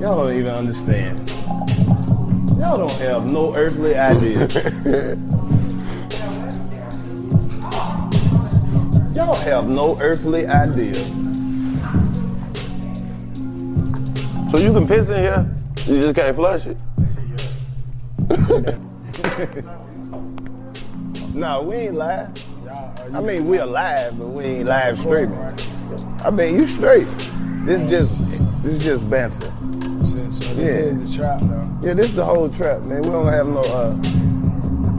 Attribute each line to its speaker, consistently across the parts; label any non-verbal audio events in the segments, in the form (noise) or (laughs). Speaker 1: Y'all don't even understand. Y'all don't have no earthly idea. Y'all have no earthly idea. So you can piss in here, you just can't flush it. (laughs) nah, we ain't live. I mean, we alive, but we ain't live streaming. I mean, you straight. This just, this just banter.
Speaker 2: So this
Speaker 1: Yeah.
Speaker 2: is the trap though.
Speaker 1: Yeah, this is the whole trap, man. We don't have no, uh,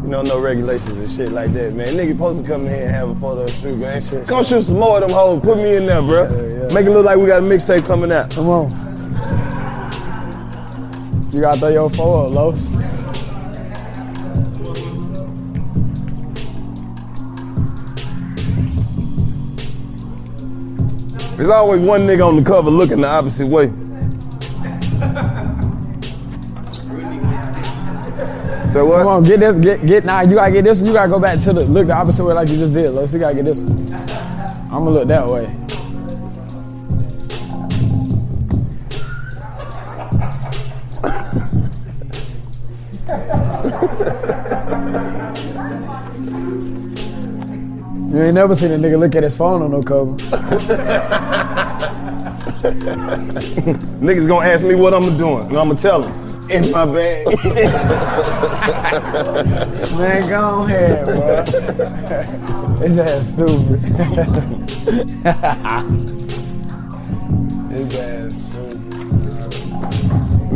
Speaker 1: you know, no regulations and shit like that, man. Nigga supposed to come in here and have a photo shoot, man. Shit, come shoot some more of them hoes. Put me in there, bro. Make it look like we got a mixtape coming out.
Speaker 2: Come on. You gotta throw your four up, Los.
Speaker 1: There's always one nigga on the cover looking the opposite
Speaker 2: (laughs)
Speaker 1: way. so what?
Speaker 2: Come on, get this, get get now. you gotta get this. You gotta go back to the look the opposite way like you just did, Los. You gotta get this. one. I'ma look that way. (laughs) You ain't never seen a nigga look at his phone on no cover.
Speaker 1: Niggas gonna ask me what I'm doing, and I'm gonna tell them. In my bag. (laughs)
Speaker 2: Man, go ahead, bro. His ass stupid. His ass stupid.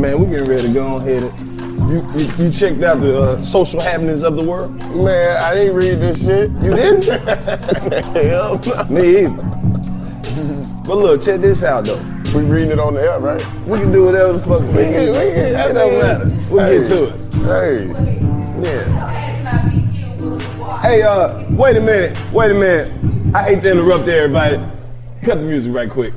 Speaker 1: man, we getting ready to go on ahead. You, you, you checked out the uh, social happenings of the world?
Speaker 3: Man, I didn't read this shit.
Speaker 1: You
Speaker 3: (laughs)
Speaker 1: didn't? (laughs)
Speaker 3: Hell no.
Speaker 1: Me either. but look, check this out though.
Speaker 3: We reading it on the app, right?
Speaker 1: We can do whatever the fuck we,
Speaker 3: We
Speaker 1: need.
Speaker 3: can- we can-
Speaker 1: It don't matter. We'll
Speaker 3: Hey.
Speaker 1: get to it.
Speaker 3: Hey,
Speaker 1: Yeah. Hey, uh, wait a minute. Wait a minute. I hate to interrupt everybody. Cut the music right quick.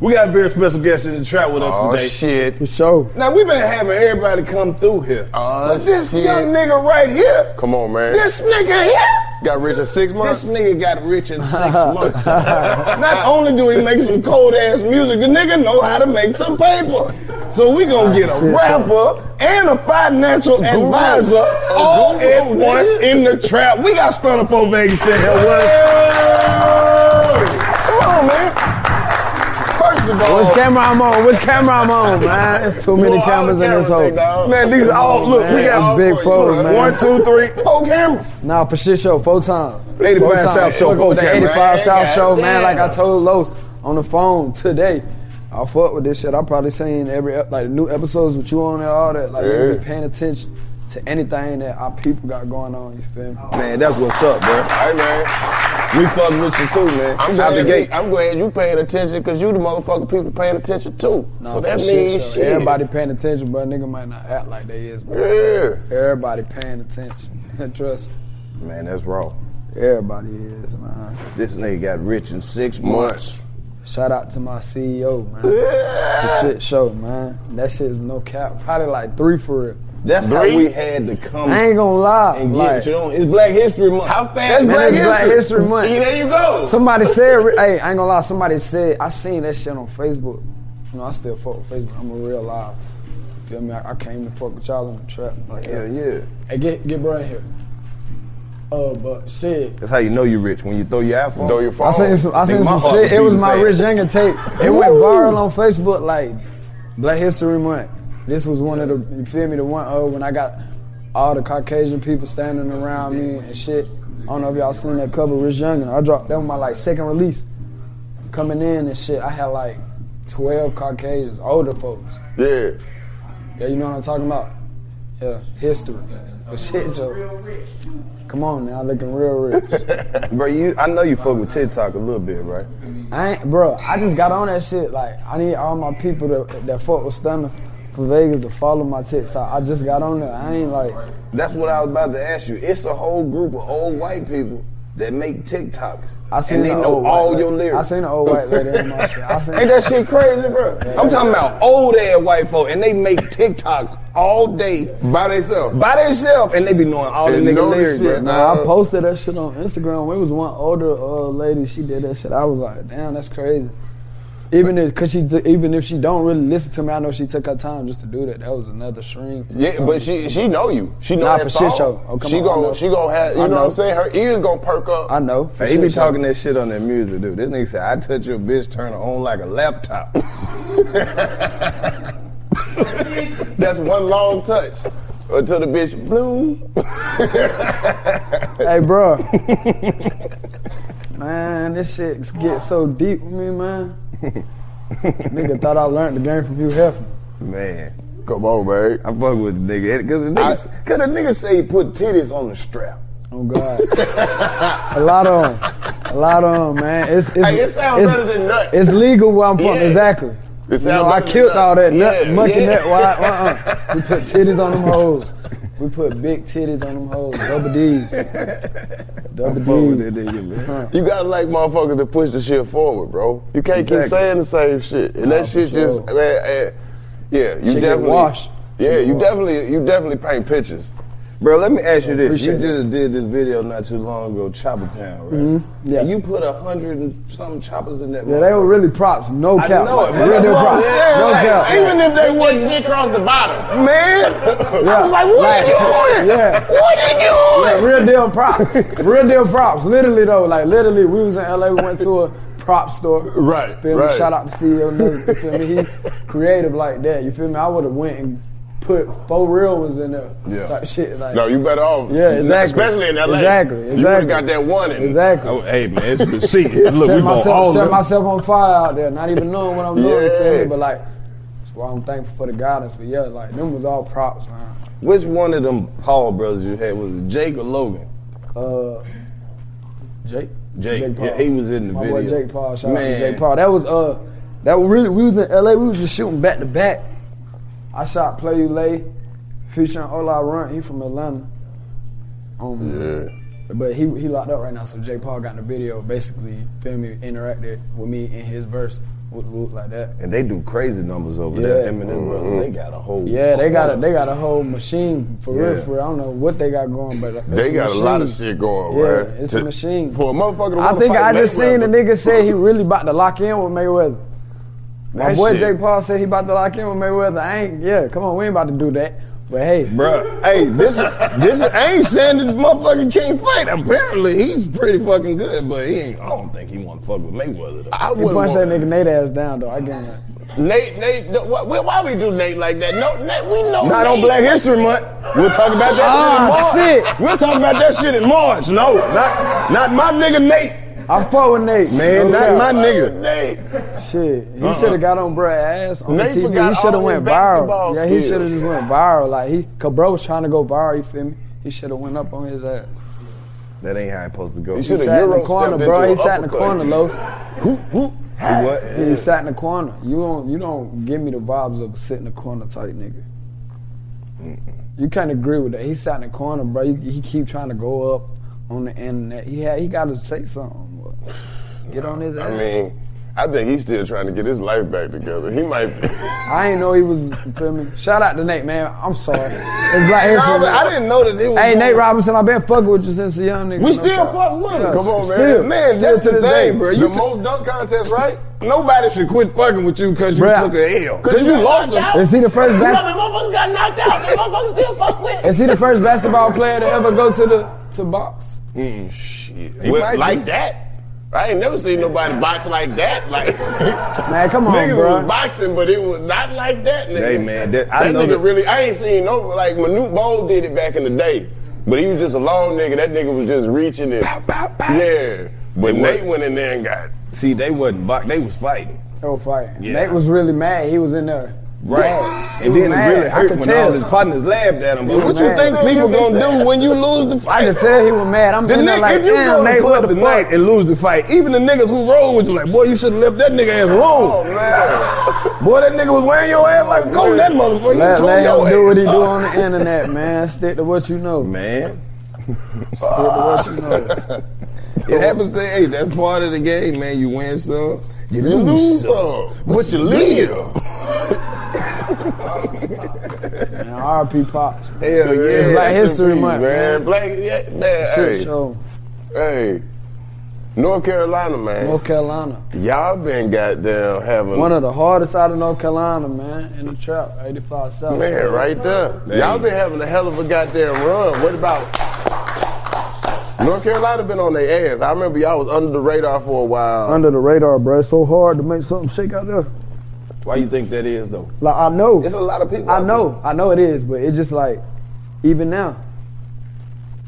Speaker 1: We got a very special guest in the trap with us
Speaker 3: oh
Speaker 1: today.
Speaker 3: shit.
Speaker 2: For sure.
Speaker 1: Now we've been having everybody come through here.
Speaker 3: Oh,
Speaker 1: but this
Speaker 3: shit.
Speaker 1: young nigga right here,
Speaker 3: Come on, man.
Speaker 1: this nigga here,
Speaker 3: Got rich in six
Speaker 1: this
Speaker 3: months.
Speaker 1: nigga got rich in six months. Not only do he make some cold ass music, the nigga know how to make some paper. So we gonna get a
Speaker 2: Shit,
Speaker 1: rapper and a financial advisor all
Speaker 3: guru,
Speaker 1: at once
Speaker 3: nigga.
Speaker 1: in the trap. We got Stunner for Vegas in here. with us. Come on, man. First of all,
Speaker 2: Which camera I'm on? Which camera I'm on, man? It's too many
Speaker 3: Well, all the
Speaker 2: cameras in this
Speaker 3: camera
Speaker 2: hole.
Speaker 3: thing, dog.
Speaker 1: Oh, man, these all look. we
Speaker 2: Man,
Speaker 1: got
Speaker 2: it's
Speaker 1: all
Speaker 2: big
Speaker 1: four.
Speaker 2: foes, man.
Speaker 1: One, two, three, four cameras.
Speaker 2: Nah, for shit show, four times.
Speaker 1: 85
Speaker 2: Four times.
Speaker 1: South Show,
Speaker 2: Fuck with
Speaker 1: four
Speaker 2: the
Speaker 1: camera.
Speaker 2: 85 South
Speaker 3: God
Speaker 2: Show,
Speaker 3: damn.
Speaker 2: man. Like I told Los on the phone today. I fuck with this shit. I probably seen every ep- like the new episodes with you on it, all that. Like
Speaker 3: Yeah.
Speaker 2: we be paying attention to anything that our people got going on. You feel me?
Speaker 1: Man, that's what's up, bro.
Speaker 3: Hey, man.
Speaker 1: We fucking with you too, man.
Speaker 3: I'm
Speaker 1: Out
Speaker 3: glad,
Speaker 1: the gate.
Speaker 3: I'm glad you paying attention because you the motherfucker people paying attention too.
Speaker 2: Nah,
Speaker 3: so
Speaker 2: for
Speaker 3: that
Speaker 2: shit,
Speaker 3: means
Speaker 2: show.
Speaker 3: shit.
Speaker 2: everybody paying attention, but nigga might not act like they is. But
Speaker 3: Yeah.
Speaker 2: everybody paying attention. (laughs) Trust me.
Speaker 1: Man, that's raw.
Speaker 2: Everybody is, man.
Speaker 1: This nigga got rich in six months.
Speaker 2: Shout out to my CEO, man. the shit show, man. That shit is no cap. Probably like three for real.
Speaker 1: That's how we had to come
Speaker 2: I ain't gonna lie.
Speaker 1: and get
Speaker 2: like,
Speaker 1: it. You know, it's Black History Month. How fast? That's
Speaker 2: Man,
Speaker 1: Black,
Speaker 2: it's
Speaker 1: History.
Speaker 2: Black History Month.
Speaker 1: Yeah, there you go.
Speaker 2: Somebody said, hey, I ain't gonna lie, somebody said, I seen that shit on Facebook. You know, I still fuck with Facebook. I'm a real live. Feel me? I, I came to fuck with y'all on the trap. Like,
Speaker 1: yeah,
Speaker 2: yeah.
Speaker 1: yeah.
Speaker 2: Hey, get, get Brian here. Uh, but shit.
Speaker 1: That's how you know you're rich when you throw your iPhone. Throw your phone.
Speaker 2: I seen some, I seen some shit. It was my Rich Jenkins tape. It went
Speaker 1: Woo!
Speaker 2: viral on Facebook, like, Black History Month. This was one of the, you feel me, the one, oh, when I got all the Caucasian people standing around me and shit. I don't know if y'all seen that cover, Rich Young. I dropped that was my like second release. Coming in and shit, I had like 12 Caucasians, older folks.
Speaker 1: Yeah.
Speaker 2: Yeah, you know what I'm talking about? Yeah, history. For shit show. Come on now, looking real rich.
Speaker 1: Bro, you, I know you fuck with TikTok a little bit, right?
Speaker 2: I ain't, bro. I just got on that shit. Like, I need all my people to, that fuck with Stunner for Vegas to follow my TikTok. I just got on there. I ain't like,
Speaker 1: That's what I was about to ask you. It's a whole group of old white people that make TikToks.
Speaker 2: I seen
Speaker 1: and they
Speaker 2: the
Speaker 1: know
Speaker 2: old white
Speaker 1: all
Speaker 2: lady.
Speaker 1: your lyrics.
Speaker 2: I seen the old white lady in my shit. I seen,
Speaker 1: (laughs) Ain't that shit crazy, bro? I'm talking about old ass white folk, and they make TikToks all day
Speaker 4: By themselves.
Speaker 1: by themselves, and they be knowing all the
Speaker 4: And
Speaker 1: nigga
Speaker 4: know the
Speaker 1: lyrics,
Speaker 4: shit,
Speaker 1: bro.
Speaker 2: Nah, I posted that shit on Instagram. It was one older uh, lady. She did that shit. I was like, damn, that's crazy. Even if, cause she, t- even if she don't really listen to me, I know she took her time just to do that. That was another stream. for
Speaker 4: Yeah,
Speaker 2: Stunna.
Speaker 4: but she she know you. She know
Speaker 2: Nah,
Speaker 4: that
Speaker 2: for
Speaker 4: song.
Speaker 2: shit show. Oh, come
Speaker 4: she
Speaker 2: on, I know.
Speaker 4: gon' she gon' have you
Speaker 2: I
Speaker 4: know, what
Speaker 2: know.
Speaker 4: I'm saying? Her ears gonna perk up.
Speaker 2: I know. for
Speaker 1: Hey, he be
Speaker 2: shit, y'all.
Speaker 1: talking that shit on that music, dude. This nigga said, I touch your bitch, turn her on like a laptop. (laughs)
Speaker 4: That's one long touch until the bitch bloom.
Speaker 2: Hey, bro. (laughs) man, this shit gets so deep with me, man. Nigga thought I learned the game from Hugh Hefner.
Speaker 1: Man,
Speaker 4: Come on, babe.
Speaker 1: I fuck with the nigga. Cause the nigga, cause the nigga say he put titties on the strap.
Speaker 2: Oh God, a lot on, a lot on, man. It's it's
Speaker 4: Hey, it sounds
Speaker 2: it's,
Speaker 4: better than nuts.
Speaker 2: it's legal where I'm from,
Speaker 4: Yeah.
Speaker 2: exactly.
Speaker 4: It sounds
Speaker 2: you know, I
Speaker 4: better than
Speaker 2: killed
Speaker 4: nuts.
Speaker 2: all that nut,
Speaker 4: Yeah,
Speaker 2: monkey
Speaker 4: yeah.
Speaker 2: nut. Why, uh-uh.
Speaker 4: (laughs)
Speaker 2: We put titties on them hoes. We put big titties on them hoes. Double D's. Double
Speaker 1: Fuck with that
Speaker 2: D's.
Speaker 1: nigga, man.
Speaker 4: (laughs) You gotta like motherfuckers to push the shit forward, bro. You can't
Speaker 1: Exactly.
Speaker 4: keep saying the same shit. And
Speaker 2: Nah,
Speaker 4: that
Speaker 2: for
Speaker 4: shit just
Speaker 2: sure.
Speaker 4: man, eh, yeah,
Speaker 2: Shit
Speaker 4: you
Speaker 2: get
Speaker 4: definitely
Speaker 2: washed.
Speaker 4: Yeah,
Speaker 2: Shit
Speaker 4: you
Speaker 2: get
Speaker 4: definitely you definitely paint pictures.
Speaker 1: Bro, let me ask you this. You
Speaker 2: Appreciate
Speaker 1: just did this video not too long ago, Chopper Town, right?
Speaker 2: Yeah.
Speaker 1: And you put a hundred and some choppers in that
Speaker 2: Yeah, they were really props. No
Speaker 1: I
Speaker 2: cap.
Speaker 1: know it, but
Speaker 2: Real
Speaker 1: that's
Speaker 2: deal
Speaker 1: what I'm
Speaker 2: props.
Speaker 1: saying,
Speaker 2: No
Speaker 1: like,
Speaker 2: cap.
Speaker 4: Even if they wasn't shit across the
Speaker 2: (laughs)
Speaker 4: bottom.
Speaker 1: Man! I was like, what are you doing?
Speaker 2: Yeah.
Speaker 1: What are you doing?
Speaker 2: Yeah, real deal props. Real deal props. Literally though, like literally, we was in LA. We went to a prop store.
Speaker 4: Right,
Speaker 2: Feel
Speaker 4: right.
Speaker 2: me? Shout out to CEO. Nugget, You feel me? He creative like that. You feel me? I would have went and put four real ones in there.
Speaker 4: Yeah.
Speaker 2: Type shit like.
Speaker 4: No, you better off.
Speaker 2: Yeah, exactly.
Speaker 4: Especially in LA.
Speaker 2: Exactly,
Speaker 4: You would
Speaker 2: exactly.
Speaker 4: have got that one in.
Speaker 2: Exactly.
Speaker 4: hey man, it's the seat. Look,
Speaker 2: (laughs) set
Speaker 4: we bought
Speaker 2: myself,
Speaker 4: all of
Speaker 2: set
Speaker 4: them.
Speaker 2: myself on fire out there, not even knowing what I'm doing. You feel
Speaker 4: Yeah.
Speaker 2: me? But like, that's why I'm thankful for the guidance. But yeah, like them was all props, man.
Speaker 1: Which one of them Paul brothers you had? Was it Jake or Logan?
Speaker 2: Uh, Jake.
Speaker 1: Jake. Yeah, he was in the
Speaker 2: My boy
Speaker 1: video.
Speaker 2: Jake Paul. Shout out to
Speaker 1: Man.
Speaker 2: Jake Paul. That was uh, that was really we was in L.A. We was just shooting back to back. I shot Play You Lay, featuring Ola Run. He from Atlanta. Um, But he he locked up right now, so Jake Paul got in the video. Basically, feel me, interacted with me in his verse, whoop whoop like that.
Speaker 1: And they do crazy numbers over
Speaker 2: Yeah.
Speaker 1: there. Him and them
Speaker 4: Mm-hmm.
Speaker 1: brothers, they got a whole.
Speaker 2: Yeah, they got a they got a whole machine for real.
Speaker 1: Yeah.
Speaker 2: For real. I don't know what they got going, but it's
Speaker 4: They got a lot of
Speaker 2: machine.
Speaker 4: shit going,
Speaker 2: Yeah,
Speaker 4: man.
Speaker 2: it's
Speaker 4: To-
Speaker 2: a machine.
Speaker 4: For a motherfucker to
Speaker 2: I
Speaker 4: wanna
Speaker 2: think
Speaker 4: fight
Speaker 2: I just seen a
Speaker 4: Mayweather.
Speaker 2: nigga say he really about to lock in with Mayweather. My
Speaker 4: That
Speaker 2: boy
Speaker 4: shit.
Speaker 2: Jake Paul said he about to lock in with Mayweather. I ain't, yeah, come on, we ain't about to do that. But hey,
Speaker 1: Bruh, hey, this this I ain't saying this motherfucker can't fight. Apparently, he's pretty fucking good, but he ain't. I don't think he want to fuck with Mayweather. Though.
Speaker 4: I
Speaker 2: he
Speaker 4: wouldn't
Speaker 2: punched that
Speaker 4: want,
Speaker 2: nigga Nate ass down though. I get that.
Speaker 4: Nate, Nate, no, why, why we do Nate like that? No, Nate, we know
Speaker 1: Not
Speaker 4: Nate.
Speaker 1: on Black History Month. We'll talk about that
Speaker 2: Ah,
Speaker 1: shit in March.
Speaker 2: shit.
Speaker 1: We'll talk about that shit in March. No, not not my nigga Nate.
Speaker 2: I fought with Nate. no
Speaker 1: Man, not
Speaker 2: cap.
Speaker 1: my nigga.
Speaker 4: Nate.
Speaker 2: Shit, he should have got on bruh ass on
Speaker 4: Uh-uh. Nate
Speaker 2: the TV.
Speaker 4: forgot
Speaker 2: He should
Speaker 4: all
Speaker 2: have went
Speaker 4: his
Speaker 2: viral.
Speaker 4: basketball
Speaker 2: Yeah, he
Speaker 4: skills.
Speaker 2: should have just went viral. Like he, cause bro was trying to go viral. You feel me? He should have went up on his ass.
Speaker 1: That ain't how it's supposed to go.
Speaker 4: You
Speaker 2: He
Speaker 4: should- Shoulda
Speaker 2: sat in the
Speaker 4: Euro
Speaker 2: corner,
Speaker 4: stepped
Speaker 2: bro.
Speaker 4: into
Speaker 2: He
Speaker 4: a
Speaker 2: sat in the
Speaker 4: uppercut.
Speaker 2: corner, Los.
Speaker 1: what?
Speaker 2: He sat in the corner. You don't you don't give me the vibes of a sit in the corner type nigga. You can't agree with that. He sat in the corner, bro. You, he keep trying to go up, on the internet. He had, he got to say something. boy. Get on his ass.
Speaker 1: I mean, I think he's still trying to get his life back together. He might.
Speaker 2: I ain't know he was. you Feel me? Shout out to Nate, man. I'm sorry. It's Black
Speaker 1: No,
Speaker 2: History.
Speaker 1: but
Speaker 2: Month.
Speaker 1: I didn't know that it was.
Speaker 2: Hey,
Speaker 1: going-
Speaker 2: Nate Robinson, I've been fucking with you since a young nigga.
Speaker 1: We
Speaker 2: no
Speaker 1: still
Speaker 2: cap.
Speaker 1: fucking with him.
Speaker 2: Yeah,
Speaker 1: Come on, man.
Speaker 2: still.
Speaker 1: man,
Speaker 2: Still
Speaker 1: that's
Speaker 2: to
Speaker 1: the
Speaker 2: this day.
Speaker 1: thing, bro.
Speaker 2: The
Speaker 1: You most dunk contest, right? Nobody should quit fucking with you because you
Speaker 2: Bruh.
Speaker 1: took a L. Because you lost a
Speaker 2: Is he the first bas-
Speaker 1: motherfuckers got knocked out. That motherfuckers still fuck with.
Speaker 2: Is he the first basketball player to ever go to the to box?
Speaker 1: Mm, shit. Well, like that. I ain't never seen nobody box like that. Like (laughs)
Speaker 2: Man, come on,
Speaker 1: niggas
Speaker 2: bro.
Speaker 1: was boxing, but it was not like that. Nigga.
Speaker 5: Hey, man, that- I know
Speaker 1: nigga
Speaker 5: that-
Speaker 1: really. I ain't seen no like Manute Bol did it back in the day, but he was just a long nigga. That nigga was just reaching it. Yeah, but
Speaker 5: It
Speaker 1: Nate
Speaker 5: was-
Speaker 1: went in there and got.
Speaker 5: See, they wasn't box. They was fighting.
Speaker 2: No fight.
Speaker 5: Yeah.
Speaker 2: Nate was really mad. He was in there. Mad. He
Speaker 5: And
Speaker 2: was
Speaker 5: then it
Speaker 2: mad.
Speaker 5: really
Speaker 2: I
Speaker 5: hurt
Speaker 2: could
Speaker 5: when
Speaker 2: tell.
Speaker 5: all his partners laughed at him. But what you
Speaker 2: mad.
Speaker 5: think people gonna do when you lose the
Speaker 2: I
Speaker 5: fight?
Speaker 2: could tell he was mad. I'm
Speaker 5: The
Speaker 2: in there
Speaker 5: nigga,
Speaker 2: like,
Speaker 5: if you
Speaker 2: damn,
Speaker 5: go to
Speaker 2: Nate,
Speaker 5: the
Speaker 2: what
Speaker 5: club
Speaker 2: the
Speaker 5: tonight
Speaker 2: fuck?
Speaker 5: and lose the fight, even the niggas who rolled with you, like, boy, you should have left that nigga ass alone.
Speaker 1: Oh, man.
Speaker 5: Boy, that nigga was wearing your ass like, go that motherfucker. You
Speaker 2: Let,
Speaker 5: tore
Speaker 2: let
Speaker 5: your
Speaker 2: him do
Speaker 5: ass
Speaker 2: what he do
Speaker 5: up.
Speaker 2: on the internet, man. Stick to what you know.
Speaker 5: Man,
Speaker 2: Stick to what you know.
Speaker 5: it happens to, hey, that's part of the game, man. You win some, you,
Speaker 1: You
Speaker 5: lose
Speaker 1: lose
Speaker 5: some.
Speaker 1: some, but you live.
Speaker 2: Man, RP Pops. man.
Speaker 1: Hell yeah,
Speaker 2: It's Black
Speaker 1: rest in
Speaker 2: History
Speaker 1: peace,
Speaker 2: Month, man.
Speaker 1: man. Black, yeah, man.
Speaker 2: Shit
Speaker 1: hey,
Speaker 2: show.
Speaker 1: hey, North Carolina, man.
Speaker 2: North Carolina.
Speaker 1: Y'all been goddamn having
Speaker 2: One of the hardest out of North Carolina, man, in the trap, 85 South.
Speaker 1: man right there. Y'all been having a hell of a goddamn run. What about North Carolina? Been on their ass. I remember y'all was under the radar for a while.
Speaker 2: Under the radar, bro. It's so hard to make something shake out there.
Speaker 5: Why you think that is, though?
Speaker 2: Like, I know.
Speaker 5: It's a lot of people.
Speaker 2: I
Speaker 5: out
Speaker 2: know. I know it is, but it's just like, even now.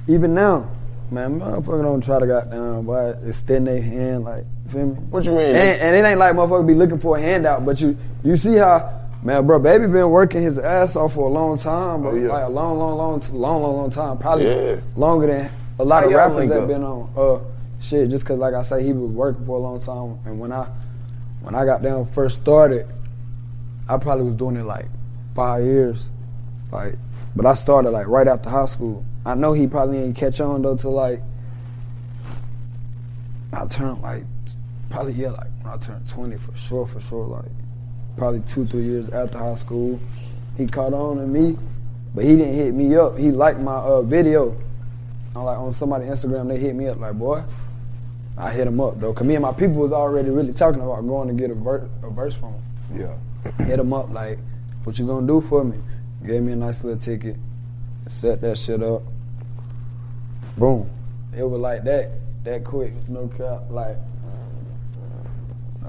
Speaker 2: Even now. Man, motherfucker don't try to goddamn, boy, extend their hand, like, feel me?
Speaker 1: What you mean?
Speaker 2: And, and it ain't like motherfucker be looking for a handout, but you you see how man, bro, baby been working his ass off for a long time, bro.
Speaker 1: Oh, yeah.
Speaker 2: Like a long, long, long, t- long, long, long time. Probably
Speaker 1: Yeah.
Speaker 2: longer than a lot
Speaker 5: How
Speaker 2: of
Speaker 5: y'all
Speaker 2: rappers
Speaker 5: link
Speaker 2: that
Speaker 5: up?
Speaker 2: been on uh shit. Just cause like I say, he was working for a long time, and when I when I got down first started, I probably was doing it like five years, like. But I started like right after high school. I know he probably didn't catch on though till like I turned like probably yeah, like when I turned twenty for sure, for sure, like probably two, three years after high school. He caught on to me, but he didn't hit me up. He liked my uh, video. I like on somebody's Instagram, they hit me up like, boy. I hit him up though, cause me and my people was already really talking about going to get a, ver- a verse from him
Speaker 5: Yeah.
Speaker 2: hit him up like, what you gonna do for me? Gave me a nice little ticket, set that shit up. Boom. It was like that, that quick, no cap, like.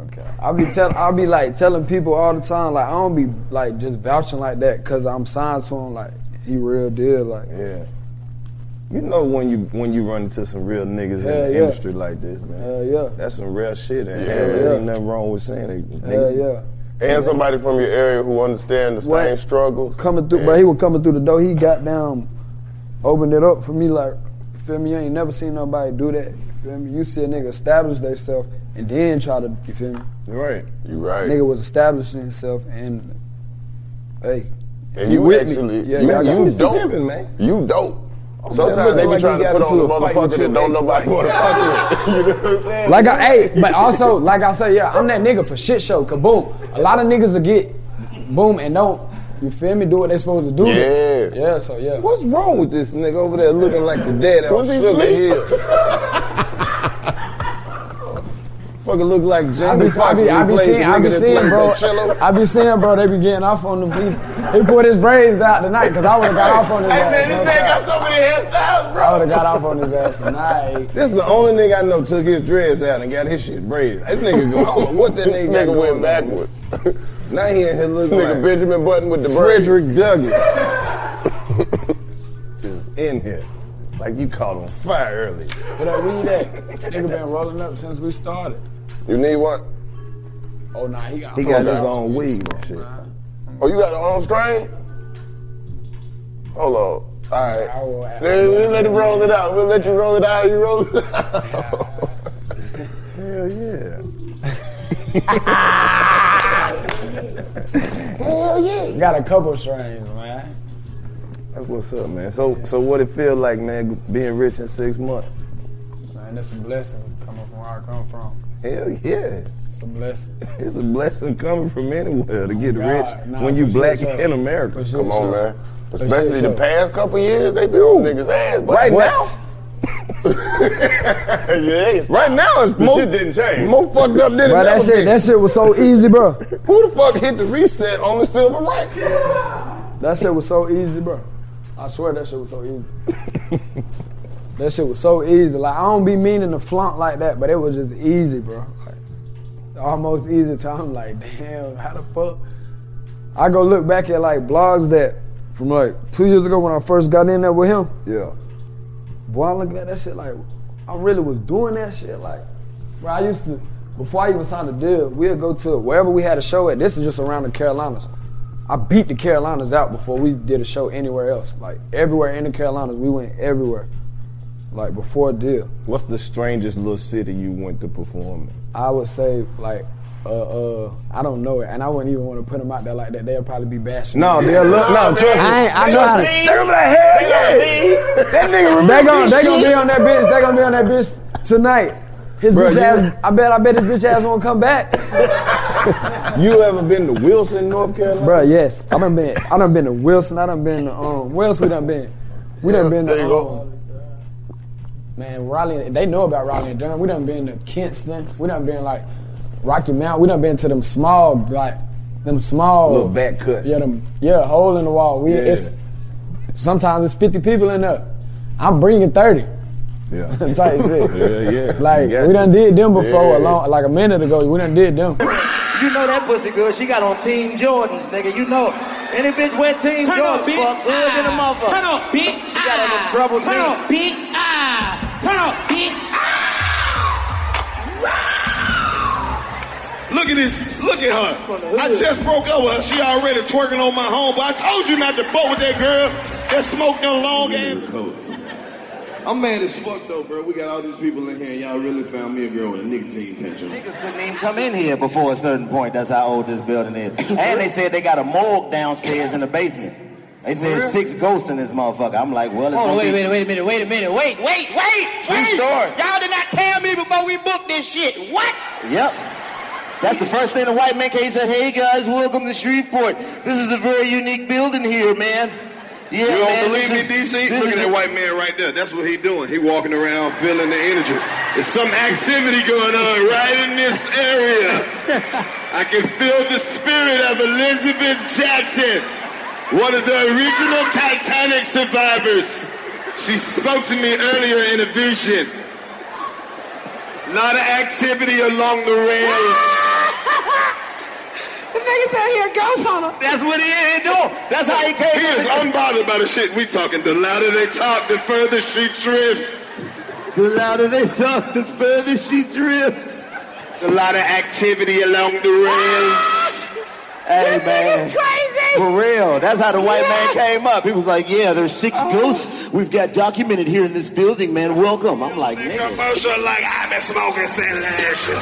Speaker 2: Okay. I be tell I be like telling people all the time like I don't be like just vouching like that cuz I'm signed to him like he real deal like
Speaker 5: Yeah. You know when you when you run into some real niggas
Speaker 2: Hell
Speaker 5: in the
Speaker 2: yeah.
Speaker 5: industry like this, man.
Speaker 2: Hell yeah.
Speaker 5: That's some real shit. And
Speaker 1: Yeah.
Speaker 5: hell,
Speaker 2: Yeah.
Speaker 5: ain't nothing wrong with saying it.
Speaker 2: Hell
Speaker 5: Niggas-
Speaker 2: yeah.
Speaker 1: and somebody from your area who understand the
Speaker 2: What?
Speaker 1: same struggles.
Speaker 2: coming through, bro. He was coming through the door. He got down, opened it up for me. Like, you feel me? You ain't never seen nobody do that. You feel me? You see a nigga establish themselves and then try to, you feel me?
Speaker 5: Right.
Speaker 1: You right.
Speaker 2: Nigga was establishing himself and, hey,
Speaker 1: and you,
Speaker 2: with me.
Speaker 1: actually,
Speaker 2: Yeah,
Speaker 1: you,
Speaker 2: yeah, I got
Speaker 1: you
Speaker 2: you.
Speaker 1: dope,
Speaker 5: Giving, man.
Speaker 1: You dope. Sometimes
Speaker 5: man,
Speaker 1: they be
Speaker 5: like
Speaker 1: trying
Speaker 5: you got
Speaker 1: to put on
Speaker 5: into
Speaker 1: a
Speaker 5: a fight with
Speaker 1: motherfucker
Speaker 5: your
Speaker 1: that don't nobody want to fuck with. (laughs) You know what I'm saying?
Speaker 2: Like I, hey, but also, like I say, yeah, I'm that nigga for shit show. Kaboom. A lot of niggas will get boom and don't, you feel me? Do what they supposed to do.
Speaker 1: Yeah.
Speaker 2: Yeah, so yeah.
Speaker 5: What's wrong with this nigga over there looking like the dead out
Speaker 1: Was he
Speaker 5: Sugar
Speaker 1: asleep? (laughs)
Speaker 5: Hill? Fucking look like Jamie
Speaker 2: I be, I
Speaker 5: Foxx.
Speaker 2: be,
Speaker 5: when
Speaker 2: I
Speaker 5: he
Speaker 2: be
Speaker 5: played
Speaker 2: seeing,
Speaker 5: the
Speaker 2: I
Speaker 5: nigga
Speaker 2: be
Speaker 5: that
Speaker 2: seeing,
Speaker 5: played
Speaker 2: bro.
Speaker 5: Coachella.
Speaker 2: I be seeing, bro. They be getting off on the He, he pulled his braids out tonight because I would have got off on his
Speaker 1: Hey
Speaker 2: ass.
Speaker 1: man,
Speaker 2: no
Speaker 1: this man
Speaker 2: cap.
Speaker 1: got so many hairstyles, bro.
Speaker 2: I would have got off on his ass tonight.
Speaker 5: This is the only nigga I know took his dreads out and got his shit braided. That nigga go, I don't know what that
Speaker 1: This
Speaker 5: nigga got
Speaker 1: nigga
Speaker 5: going
Speaker 1: went
Speaker 5: on.
Speaker 1: backwards.
Speaker 5: Now he in here
Speaker 1: This
Speaker 5: looking
Speaker 1: nigga
Speaker 5: like
Speaker 1: Benjamin Button with the braids.
Speaker 5: Frederick Douglass.
Speaker 1: (laughs)
Speaker 5: Just in here. Like you caught on fire early.
Speaker 2: But I read that nigga been rolling up since we started.
Speaker 1: You need what?
Speaker 2: Oh nah, he got.
Speaker 5: He
Speaker 2: I'm
Speaker 5: got
Speaker 2: about
Speaker 5: his
Speaker 2: to
Speaker 5: own
Speaker 2: smoke,
Speaker 5: weed and shit.
Speaker 2: man.
Speaker 1: Oh, you got the own strain? Hold on. All right.
Speaker 2: I will ask
Speaker 1: Then We'll let you roll it out. We'll let you roll it out. You roll it out.
Speaker 5: (laughs) Hell yeah.
Speaker 2: Got a couple strains, man.
Speaker 5: That's
Speaker 4: what's up, man. So, so what it feel like, man, being rich in six months?
Speaker 2: Man, that's a blessing coming from where I come from.
Speaker 4: Hell yeah.
Speaker 2: It's a blessing.
Speaker 4: It's a blessing coming from anywhere to get
Speaker 2: God,
Speaker 4: rich
Speaker 2: nah,
Speaker 4: when you
Speaker 2: for sure,
Speaker 4: black
Speaker 2: sure.
Speaker 4: in America.
Speaker 2: For sure,
Speaker 4: Come on,
Speaker 2: sure.
Speaker 4: man.
Speaker 2: sure,
Speaker 6: Especially the
Speaker 2: sure.
Speaker 6: past couple years, they been on niggas' ass. But
Speaker 4: Right (laughs)
Speaker 6: what?
Speaker 4: now,
Speaker 6: now,
Speaker 4: right now it's most
Speaker 6: shit didn't change.
Speaker 4: Most fucked up than
Speaker 2: Bro, that
Speaker 4: it's ever
Speaker 2: shit,
Speaker 4: been.
Speaker 2: that shit was so easy, bro.
Speaker 4: Who the fuck hit the reset on the silver right?
Speaker 2: That shit was so easy, bro. I swear that shit was so easy. that shit was so easy. Like I don't be meaning to flaunt like that, but it was just easy, bro. Like, almost easy to I'm like, damn, how the fuck? I go look back at like blogs that from like two years ago when I first got in there with him.
Speaker 4: Yeah.
Speaker 2: Boy, I look at that shit like I really was doing that shit. Like, bro, I used to before I even signed a deal, we'd go to wherever we had a show at. This is just around the Carolinas. I beat the Carolinas out before we did a show anywhere else. Like everywhere in the Carolinas, we went everywhere. Like before a deal,
Speaker 4: What's the strangest little city you went to perform in?
Speaker 2: I would say like. Uh, uh, I don't know it, and I wouldn't even want to put them out there like that. They'll probably be bashing.
Speaker 4: No,
Speaker 2: me.
Speaker 4: they'll look. No, trust me.
Speaker 2: I ain't- I
Speaker 4: trust
Speaker 2: tried
Speaker 4: me.
Speaker 2: it.
Speaker 4: They're gonna be like, hell yeah. That nigga remember
Speaker 2: They gonna,
Speaker 4: this
Speaker 2: they gonna
Speaker 4: shit.
Speaker 2: be on that bitch. They gonna be on that bitch tonight. His
Speaker 4: Bruh,
Speaker 2: bitch
Speaker 4: you-
Speaker 2: ass. I bet. I bet his bitch ass won't come back.
Speaker 4: You ever been to Wilson, North Carolina?
Speaker 2: Bruh, yes. I done been. I done been to Wilson. I done been to um. Where else we done been? We done been to.
Speaker 6: there you go.
Speaker 2: um, Man, Raleigh. They know about Raleigh and Durham. We done been to Kinston. We done been like Rocky Mount. We done been to them small like them small
Speaker 4: Little back cuts.
Speaker 2: Yeah, them yeah hole in the wall. We it's sometimes it's fifty people in there. I'm bringing thirty (laughs)
Speaker 4: Yeah.
Speaker 2: type shit.
Speaker 4: Yeah, yeah.
Speaker 2: Like
Speaker 4: Yeah.
Speaker 2: we done did them before
Speaker 4: Yeah.
Speaker 2: a long like a minute ago. We done did them.
Speaker 3: You know that pussy girl, she got on Team Jordans, nigga. You know it. Any bitch wear Team
Speaker 7: Turn
Speaker 3: Jordans,
Speaker 7: up, bitch.
Speaker 3: fuck good in a
Speaker 7: Ah.
Speaker 3: motherfucker.
Speaker 7: Turn up, bitch.
Speaker 3: She got on
Speaker 7: Ah.
Speaker 3: the trouble
Speaker 7: Turn
Speaker 3: team.
Speaker 7: up, bitch. Ah. Turn up, bitch.
Speaker 1: Look at this. Look at her. I just broke up with her. She already twerking on my home. But I told you not to fuck with that girl that smoked no long ass. I'm mad as fuck though, bro. We got all these people in here, and y'all really found me a girl with a nicotine patch on.
Speaker 3: Niggas couldn't even come in here before a certain point. That's how old this building
Speaker 7: (laughs)
Speaker 3: is. And they said they got a morgue downstairs in the basement. They said six ghosts in this motherfucker. I'm like, well, it's
Speaker 7: Oh,
Speaker 3: gonna
Speaker 7: wait,
Speaker 3: be-
Speaker 7: wait, wait a minute, wait a minute, wait, wait, wait,
Speaker 3: True
Speaker 7: wait.
Speaker 3: story.
Speaker 7: Y'all did not tell me before we booked this shit. What?
Speaker 3: Yep. That's the first thing the white man came. He said, hey guys, welcome to Shreveport. This is a very unique building here, man. Yeah,
Speaker 1: You
Speaker 3: man,
Speaker 1: don't believe me,
Speaker 3: this is-
Speaker 1: DC?
Speaker 3: this
Speaker 1: Look
Speaker 3: is
Speaker 1: at
Speaker 3: a-
Speaker 1: that white man right there. That's what he doing. He walking around feeling the energy. There's some activity going on right in this area. I can feel the spirit of Elizabeth Jackson, one of the original Titanic survivors. She spoke to me earlier in a vision. A lot of activity along the rails.
Speaker 7: The niggas out here ghost on her.
Speaker 3: That's what he ain't doing. That's how he came.
Speaker 1: He is unbothered by the shit we talking. The louder they talk, the further she drifts.
Speaker 3: The louder they talk, the further she drifts.
Speaker 1: It's a lot of activity along the (laughs) rails.
Speaker 3: Hey man,
Speaker 7: crazy.
Speaker 3: for real. That's how the white man came up. He was like, "Yeah, there's six
Speaker 1: Oh.
Speaker 3: ghosts we've got documented here in this building, man. Welcome." I'm like, "Nigga,
Speaker 1: Commercial like I've been smoking since last year.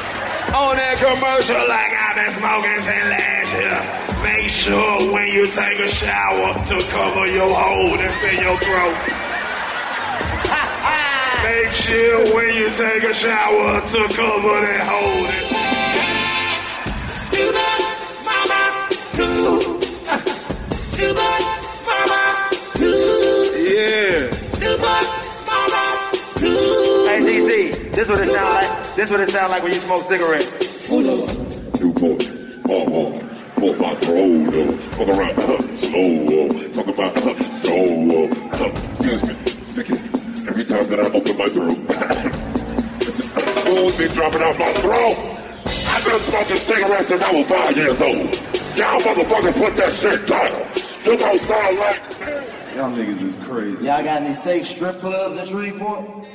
Speaker 1: On that commercial like I've been smoking since last year. Make sure when you take a shower to cover your hole that's in your throat. Make sure when you take a shower to cover that hole that's
Speaker 7: Do the mama do. Do the mama do.
Speaker 1: Yeah.
Speaker 7: Do the mama do.
Speaker 3: hey DC, this what it sound like. This what it sound like when you smoke cigarettes."
Speaker 8: New motion, ball on, pull my throat, oh, fuck around, huh, slow, oh, talk about, huh, slow, oh, huh, excuse me, pick it, every time that I open my throat, (laughs) fools be dropping out my throat, I've been smoking cigarettes since I was five years old, y'all motherfuckers put that shit down, you don't sound like,
Speaker 1: Y'all niggas is crazy.
Speaker 3: Y'all got any safe strip clubs in Shreveport?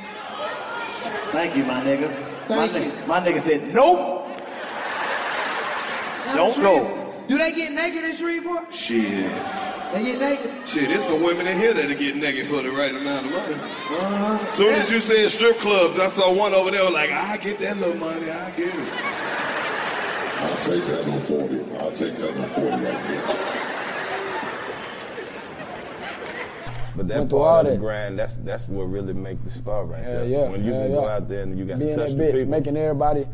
Speaker 3: Thank you, my nigga. my, Nigga, my nigga said, nope. Don't go.
Speaker 7: Do they get naked in Shreveport?
Speaker 1: Shit.
Speaker 7: They get naked.
Speaker 1: Shit, there's some women in here that'll get naked for the right amount of money. Soon as you said strip clubs, I saw one over there like, I get that little money, I get it.
Speaker 8: I'll take that on 40, I'll take that on 40 right there.
Speaker 1: But that
Speaker 2: Went through all
Speaker 1: part of the
Speaker 2: that.
Speaker 1: grind, that's that's what really make the star right
Speaker 2: Yeah,
Speaker 1: there.
Speaker 2: yeah.
Speaker 1: when you
Speaker 2: yeah,
Speaker 1: can go
Speaker 2: yeah.
Speaker 1: out there and you got
Speaker 2: Being
Speaker 1: to touch
Speaker 2: that
Speaker 1: the
Speaker 2: bitch,
Speaker 1: people.
Speaker 2: making everybody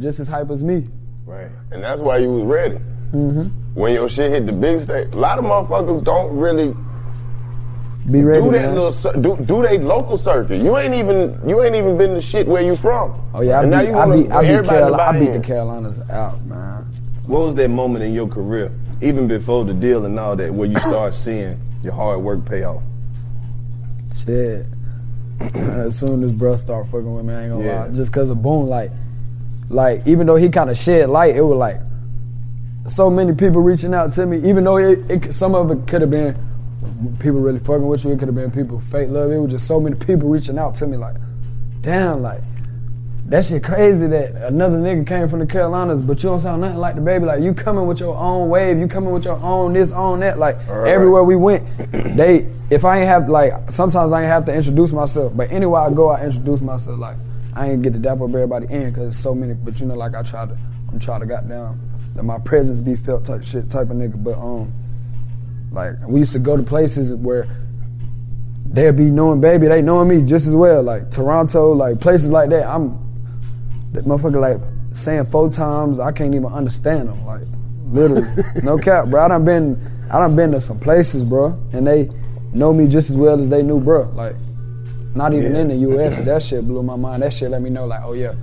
Speaker 2: just as hype as me.
Speaker 4: Right. And that's why you was ready.
Speaker 2: Mm-hmm.
Speaker 4: When your shit hit the big stage, a lot of motherfuckers don't really
Speaker 2: Be ready.
Speaker 4: do that
Speaker 2: man.
Speaker 4: little cir- do do they local circuit. You ain't even you ain't even been the shit where you from.
Speaker 2: Oh yeah, I
Speaker 4: and
Speaker 2: beat,
Speaker 4: now you
Speaker 2: I
Speaker 4: want
Speaker 2: beat, I beat,
Speaker 4: everybody
Speaker 2: Carol-
Speaker 4: to
Speaker 2: I
Speaker 4: buy
Speaker 2: beat the
Speaker 4: in.
Speaker 2: Carolinas out, man.
Speaker 1: What was that moment in your career, even before the deal and all that, where you start seeing your hard work pay off?
Speaker 2: Shit. (clears throat) as soon as bro start fucking with me, I ain't gonna
Speaker 1: Yeah.
Speaker 2: lie. Just cause of Boom, like, like even though he kind of shed light, it was like so many people reaching out to me. Even though it, it some of it could have been people really fucking with you, it could have been people fake love. It was just so many people reaching out to me, like, damn, like. That shit crazy that another nigga came from the Carolinas, but you don't sound nothing like the baby. Like you coming with your own wave, you coming with your own this, own that. Like
Speaker 4: Right.
Speaker 2: everywhere we went, they if I ain't have like sometimes I ain't have to introduce myself, but anywhere I go, I introduce myself. Like I ain't get to dap up everybody in because it's so many. But you know, like I try to, I'm trying to goddamn let my presence be felt type shit type of nigga. But um, like we used to go to places where they'll be knowing baby, they knowing me just as well. Like Toronto, like places like that. I'm that motherfucker like saying four times. I can't even understand them. Like
Speaker 4: (laughs)
Speaker 2: literally, no cap, bro. I done been, I done been to some places, bro, and they know me just as well as they knew, bro. Like not even in the U.S. That shit blew my mind. That shit let me know, like, oh yeah.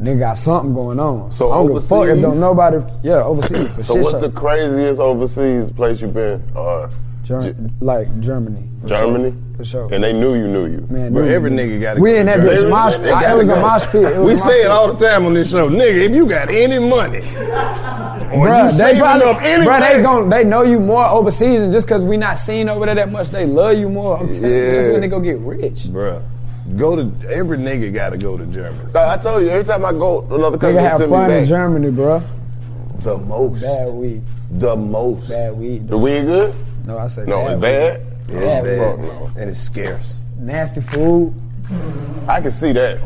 Speaker 2: Nigga got something going on.
Speaker 4: So
Speaker 2: I don't give a fuck if
Speaker 4: overseas?
Speaker 2: don't nobody. Yeah, overseas for
Speaker 4: So
Speaker 2: shit
Speaker 4: what's
Speaker 2: show.
Speaker 4: the craziest overseas place you been? Uh,
Speaker 2: Ger-
Speaker 4: Ge-
Speaker 2: like Germany. for sure.
Speaker 4: Germany?
Speaker 2: For sure.
Speaker 4: And they knew you knew you.
Speaker 2: Man,
Speaker 1: Bro,
Speaker 2: dude,
Speaker 1: every nigga got to
Speaker 2: We in that bitch mosh pit. It was a mosh pit. It was
Speaker 1: We
Speaker 2: a mosh
Speaker 1: say it
Speaker 2: pit.
Speaker 1: all the time on this show, nigga. If you got any money, or
Speaker 2: Bruh,
Speaker 1: you saving
Speaker 2: probably-
Speaker 1: up anything,
Speaker 2: bruh, they gon' they know you more overseas, and just cause we not seen over there that much, they love you more. I'm telling you, that's
Speaker 4: Yeah.
Speaker 2: when they go get rich.
Speaker 1: Bruh, Go to every nigga got to go to Germany.
Speaker 4: I told you every time I go to another country,
Speaker 2: Nigga
Speaker 4: they
Speaker 2: have
Speaker 4: send me
Speaker 2: fun in
Speaker 4: back.
Speaker 2: Germany, bruh.
Speaker 1: The most,
Speaker 2: Bad weed,
Speaker 1: the most,
Speaker 2: bad weed.
Speaker 4: The weed good?
Speaker 2: No, I said
Speaker 4: No,
Speaker 2: bad
Speaker 4: it's
Speaker 2: weed.
Speaker 4: bad. Oh,
Speaker 1: It's
Speaker 2: Bad
Speaker 1: bad,
Speaker 2: weed.
Speaker 1: and it's scarce.
Speaker 2: Nasty food.
Speaker 4: I can see that.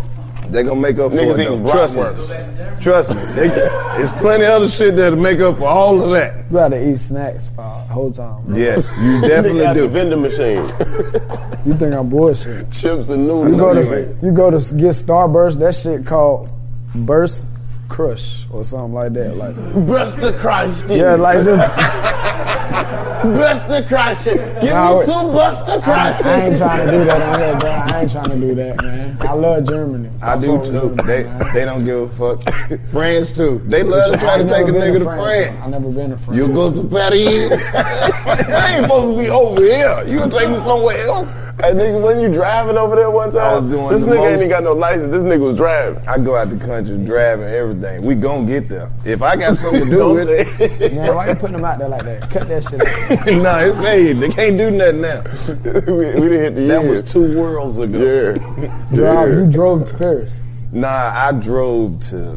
Speaker 1: They gonna make up for
Speaker 4: Niggas
Speaker 1: it. though.
Speaker 4: eating
Speaker 1: Trust me,
Speaker 4: bratwurst.
Speaker 1: trust me. They, it's plenty other shit that'll make up for all of that.
Speaker 2: You gotta eat snacks for the whole time. bruh.
Speaker 1: Yes,
Speaker 4: (laughs)
Speaker 1: you
Speaker 4: Nigga
Speaker 1: definitely
Speaker 4: at the
Speaker 1: do.
Speaker 4: vending machine.
Speaker 2: You think I'm bullshit?
Speaker 4: Chips and noodles.
Speaker 2: You go
Speaker 1: know
Speaker 2: to
Speaker 1: you ain't.
Speaker 2: you go to get Starburst. That shit called Burst Crush or something like that. Like
Speaker 4: Bless the Christ.
Speaker 2: yeah, like just.
Speaker 4: Bless the Christ. Give
Speaker 2: Nah,
Speaker 4: me
Speaker 2: wait.
Speaker 4: two Bless the
Speaker 2: I,
Speaker 4: Christ.
Speaker 2: I ain't trying to do that on here, bro. I ain't trying to do that, man. I love Germany.
Speaker 1: I do
Speaker 2: fuck with
Speaker 1: too.
Speaker 2: Germany,
Speaker 1: They
Speaker 2: man.
Speaker 1: they don't give a fuck. (laughs) France too. They love to try to
Speaker 2: I've
Speaker 1: take
Speaker 2: never
Speaker 1: a
Speaker 2: been
Speaker 1: nigga to France.
Speaker 2: I never been to France.
Speaker 1: You go to
Speaker 4: (laughs)
Speaker 1: Paris.
Speaker 4: I ain't supposed to be over here. You gonna take me somewhere else? Hey, nigga, wasn't you driving over there one time?
Speaker 1: I was doing
Speaker 4: this
Speaker 1: the
Speaker 4: nigga
Speaker 1: most-
Speaker 4: ain't even got no license. This nigga was driving.
Speaker 1: I go out the country driving everything. We gonna get there. If I got something to
Speaker 4: (laughs)
Speaker 1: do
Speaker 4: Don't
Speaker 1: with it,
Speaker 2: man, why you putting them out there like that? Cut that shit.
Speaker 1: (laughs)
Speaker 2: Out.
Speaker 1: nah, it's hey, they can't do nothing now.
Speaker 4: we, (laughs) we didn't hit the
Speaker 1: That
Speaker 4: years.
Speaker 1: was two worlds ago.
Speaker 4: Yeah.
Speaker 2: Drive, you drove to Paris.
Speaker 1: Nah, I drove to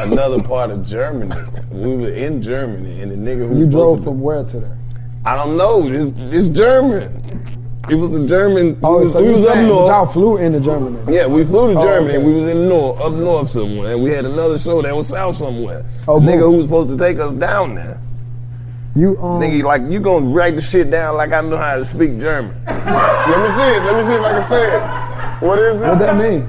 Speaker 1: another part of Germany. We were in Germany, and the nigga who
Speaker 2: You
Speaker 1: was
Speaker 2: drove
Speaker 1: supposed
Speaker 2: from
Speaker 1: to,
Speaker 2: where to there?
Speaker 1: I don't know. It's, it's German. It was a German.
Speaker 4: Oh,
Speaker 1: we was,
Speaker 2: Oh, so
Speaker 1: we
Speaker 2: you
Speaker 1: was up
Speaker 2: saying
Speaker 1: north.
Speaker 2: y'all flew into Germany?
Speaker 1: Yeah, we flew to
Speaker 2: Oh,
Speaker 1: Germany.
Speaker 2: okay.
Speaker 1: We was in north, up north somewhere, and we had another show that was south somewhere.
Speaker 2: Oh,
Speaker 1: the nigga
Speaker 2: boom.
Speaker 1: who was supposed to take us down there.
Speaker 2: You um,
Speaker 1: Nigga, like you gonna write the shit down like I know how to speak German.
Speaker 4: Let me see it. Let me see if I can say it. What is
Speaker 2: what
Speaker 4: it?
Speaker 2: that mean?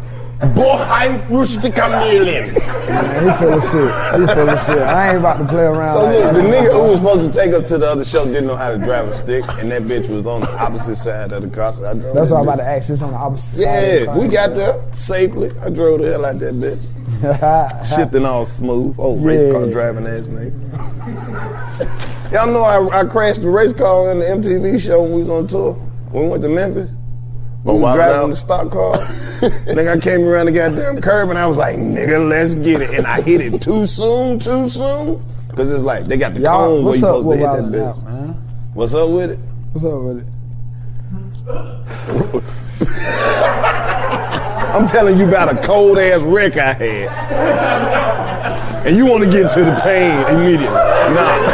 Speaker 4: Boheimfrüchte Kamelen.
Speaker 2: Man, he full of shit. He full of shit. I ain't about to play around.
Speaker 1: So
Speaker 2: like that.
Speaker 1: look, the nigga who was supposed to take us to the other show didn't know how to drive a stick, and that bitch was on the opposite side of the car. So I drove
Speaker 2: That's
Speaker 1: that
Speaker 2: what I'm about
Speaker 1: bitch.
Speaker 2: to ask. This on the opposite side.
Speaker 1: Yeah, we got there safely. I drove the hell out that bitch.
Speaker 2: (laughs) that.
Speaker 1: Shifting all smooth. Oh, race
Speaker 2: Yeah.
Speaker 1: car driving ass nigga. (laughs) Y'all know I, I crashed the race car in the MTV show when we was on tour. When we went to Memphis. We was
Speaker 4: wild
Speaker 1: driving
Speaker 4: out.
Speaker 1: the stock
Speaker 4: (laughs)
Speaker 1: car. nigga, I came around the goddamn curb and I was like, nigga, let's get it. And I hit it too soon, too soon. Cause it's like they got the
Speaker 2: Y'all,
Speaker 1: cone where you
Speaker 2: what's up
Speaker 1: supposed to
Speaker 2: with
Speaker 1: hit that
Speaker 2: wilding
Speaker 1: bitch.
Speaker 2: out, man?
Speaker 1: What's up with it?
Speaker 2: What's up with it?
Speaker 1: I'm telling you about a cold ass wreck I had. And you want to get to the pain immediately. Nah.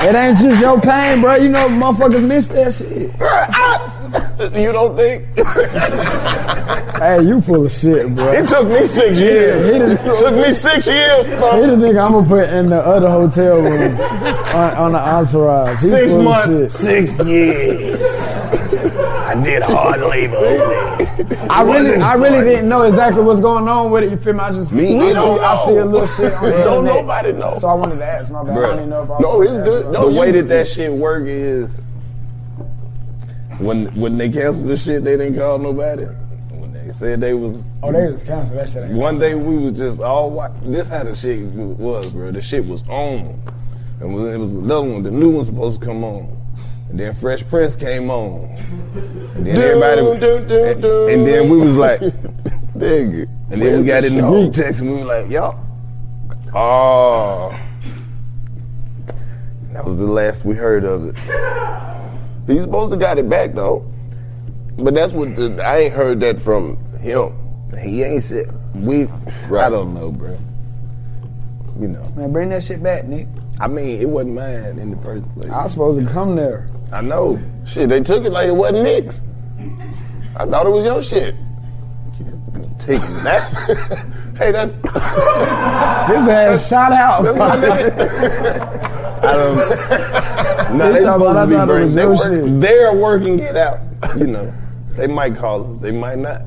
Speaker 2: It ain't just your pain, bro. You know motherfuckers miss that shit.
Speaker 1: I,
Speaker 4: You don't think?
Speaker 2: Hey, you full of shit, bro.
Speaker 4: It took me six years.
Speaker 2: he done-
Speaker 4: took me six years.
Speaker 2: He
Speaker 4: Stump.
Speaker 2: the nigga I'm gonna put in the other hotel room
Speaker 4: (laughs)
Speaker 2: on, on the entourage. He
Speaker 4: Six
Speaker 2: full of
Speaker 4: months,
Speaker 2: shit.
Speaker 4: six years. I did hard labor.
Speaker 2: I really, I really didn't know exactly what's going on with it. You feel me? I just,
Speaker 4: Me,
Speaker 2: I,
Speaker 4: we
Speaker 2: see,
Speaker 4: don't
Speaker 2: I see a
Speaker 4: know.
Speaker 2: little shit. On the
Speaker 4: Don't
Speaker 2: internet.
Speaker 4: nobody know.
Speaker 2: So I wanted to ask. My bad. I didn't know if I was
Speaker 4: No,
Speaker 2: gonna
Speaker 4: it's
Speaker 2: ask
Speaker 4: good.
Speaker 2: you.
Speaker 4: No,
Speaker 1: the
Speaker 4: you-
Speaker 1: way that that shit work is when when they canceled the shit, they didn't call nobody. When they said they was
Speaker 2: Oh, they just canceled that shit. ain't-
Speaker 1: one day we was just all wa- this how the shit was, bro. The shit was on, and we- it was another one. The new one supposed to come on, and then Fresh Prince came on, and then everybody,
Speaker 4: Dun, dun,
Speaker 1: and,
Speaker 4: dun.
Speaker 1: and then we was like,
Speaker 4: (laughs)
Speaker 1: and
Speaker 4: Nigga.
Speaker 1: then we got in the group text, and we was like, y'all, oh, that was the last we heard of it.
Speaker 4: He's supposed to got it back though, but that's what the, I ain't heard that from him.
Speaker 1: He ain't said we. I don't know, bro. You know,
Speaker 2: Man, bring that shit back, Nick.
Speaker 1: I mean, it wasn't mine in the first place.
Speaker 2: I was supposed to come there.
Speaker 1: I know.
Speaker 4: Shit, they took it like it wasn't Nick's. I thought it was your shit. Taking that? (laughs) hey, that's
Speaker 2: His ass shot out. (laughs)
Speaker 1: No, they
Speaker 2: They talking
Speaker 1: supposed to
Speaker 2: about
Speaker 1: be
Speaker 2: I thought it was
Speaker 1: bringing. They
Speaker 2: your
Speaker 1: work,
Speaker 2: shit.
Speaker 1: they're working it out. You know, they might call us. They might not.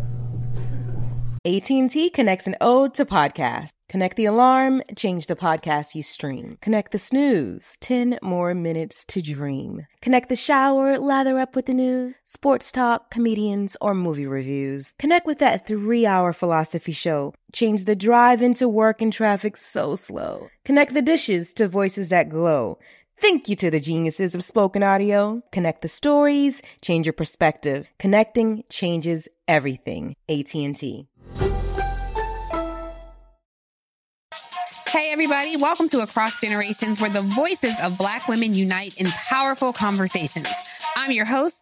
Speaker 9: AT&T connects an ode to podcast. Connect the alarm, change the podcast you stream. Connect the snooze, 10 more minutes to dream. Connect the shower, lather up with the news, sports talk, comedians, or movie reviews. Connect with that three-hour philosophy show. Change the drive into work and traffic so slow. Connect the dishes to voices that glow. Thank you to the geniuses of spoken audio. Connect the stories, change your perspective. Connecting changes everything. AT&T.
Speaker 7: Hey, everybody, welcome to Across Generations, where the voices of Black women unite in powerful conversations. I'm your host,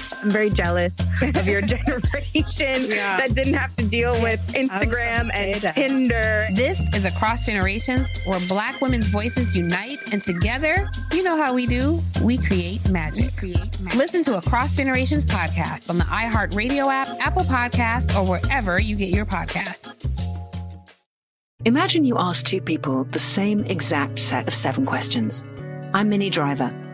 Speaker 10: I'm very jealous of (laughs) your generation that didn't have to deal with Instagram and Tinder.
Speaker 7: This is Across Generations, where Black women's voices unite, and together, you know how we do, we create magic. Listen to Across Generations podcast on the iHeartRadio app, Apple Podcasts, or wherever you get your podcasts.
Speaker 11: Imagine you ask two people the same exact set of seven questions. I'm Minnie Driver,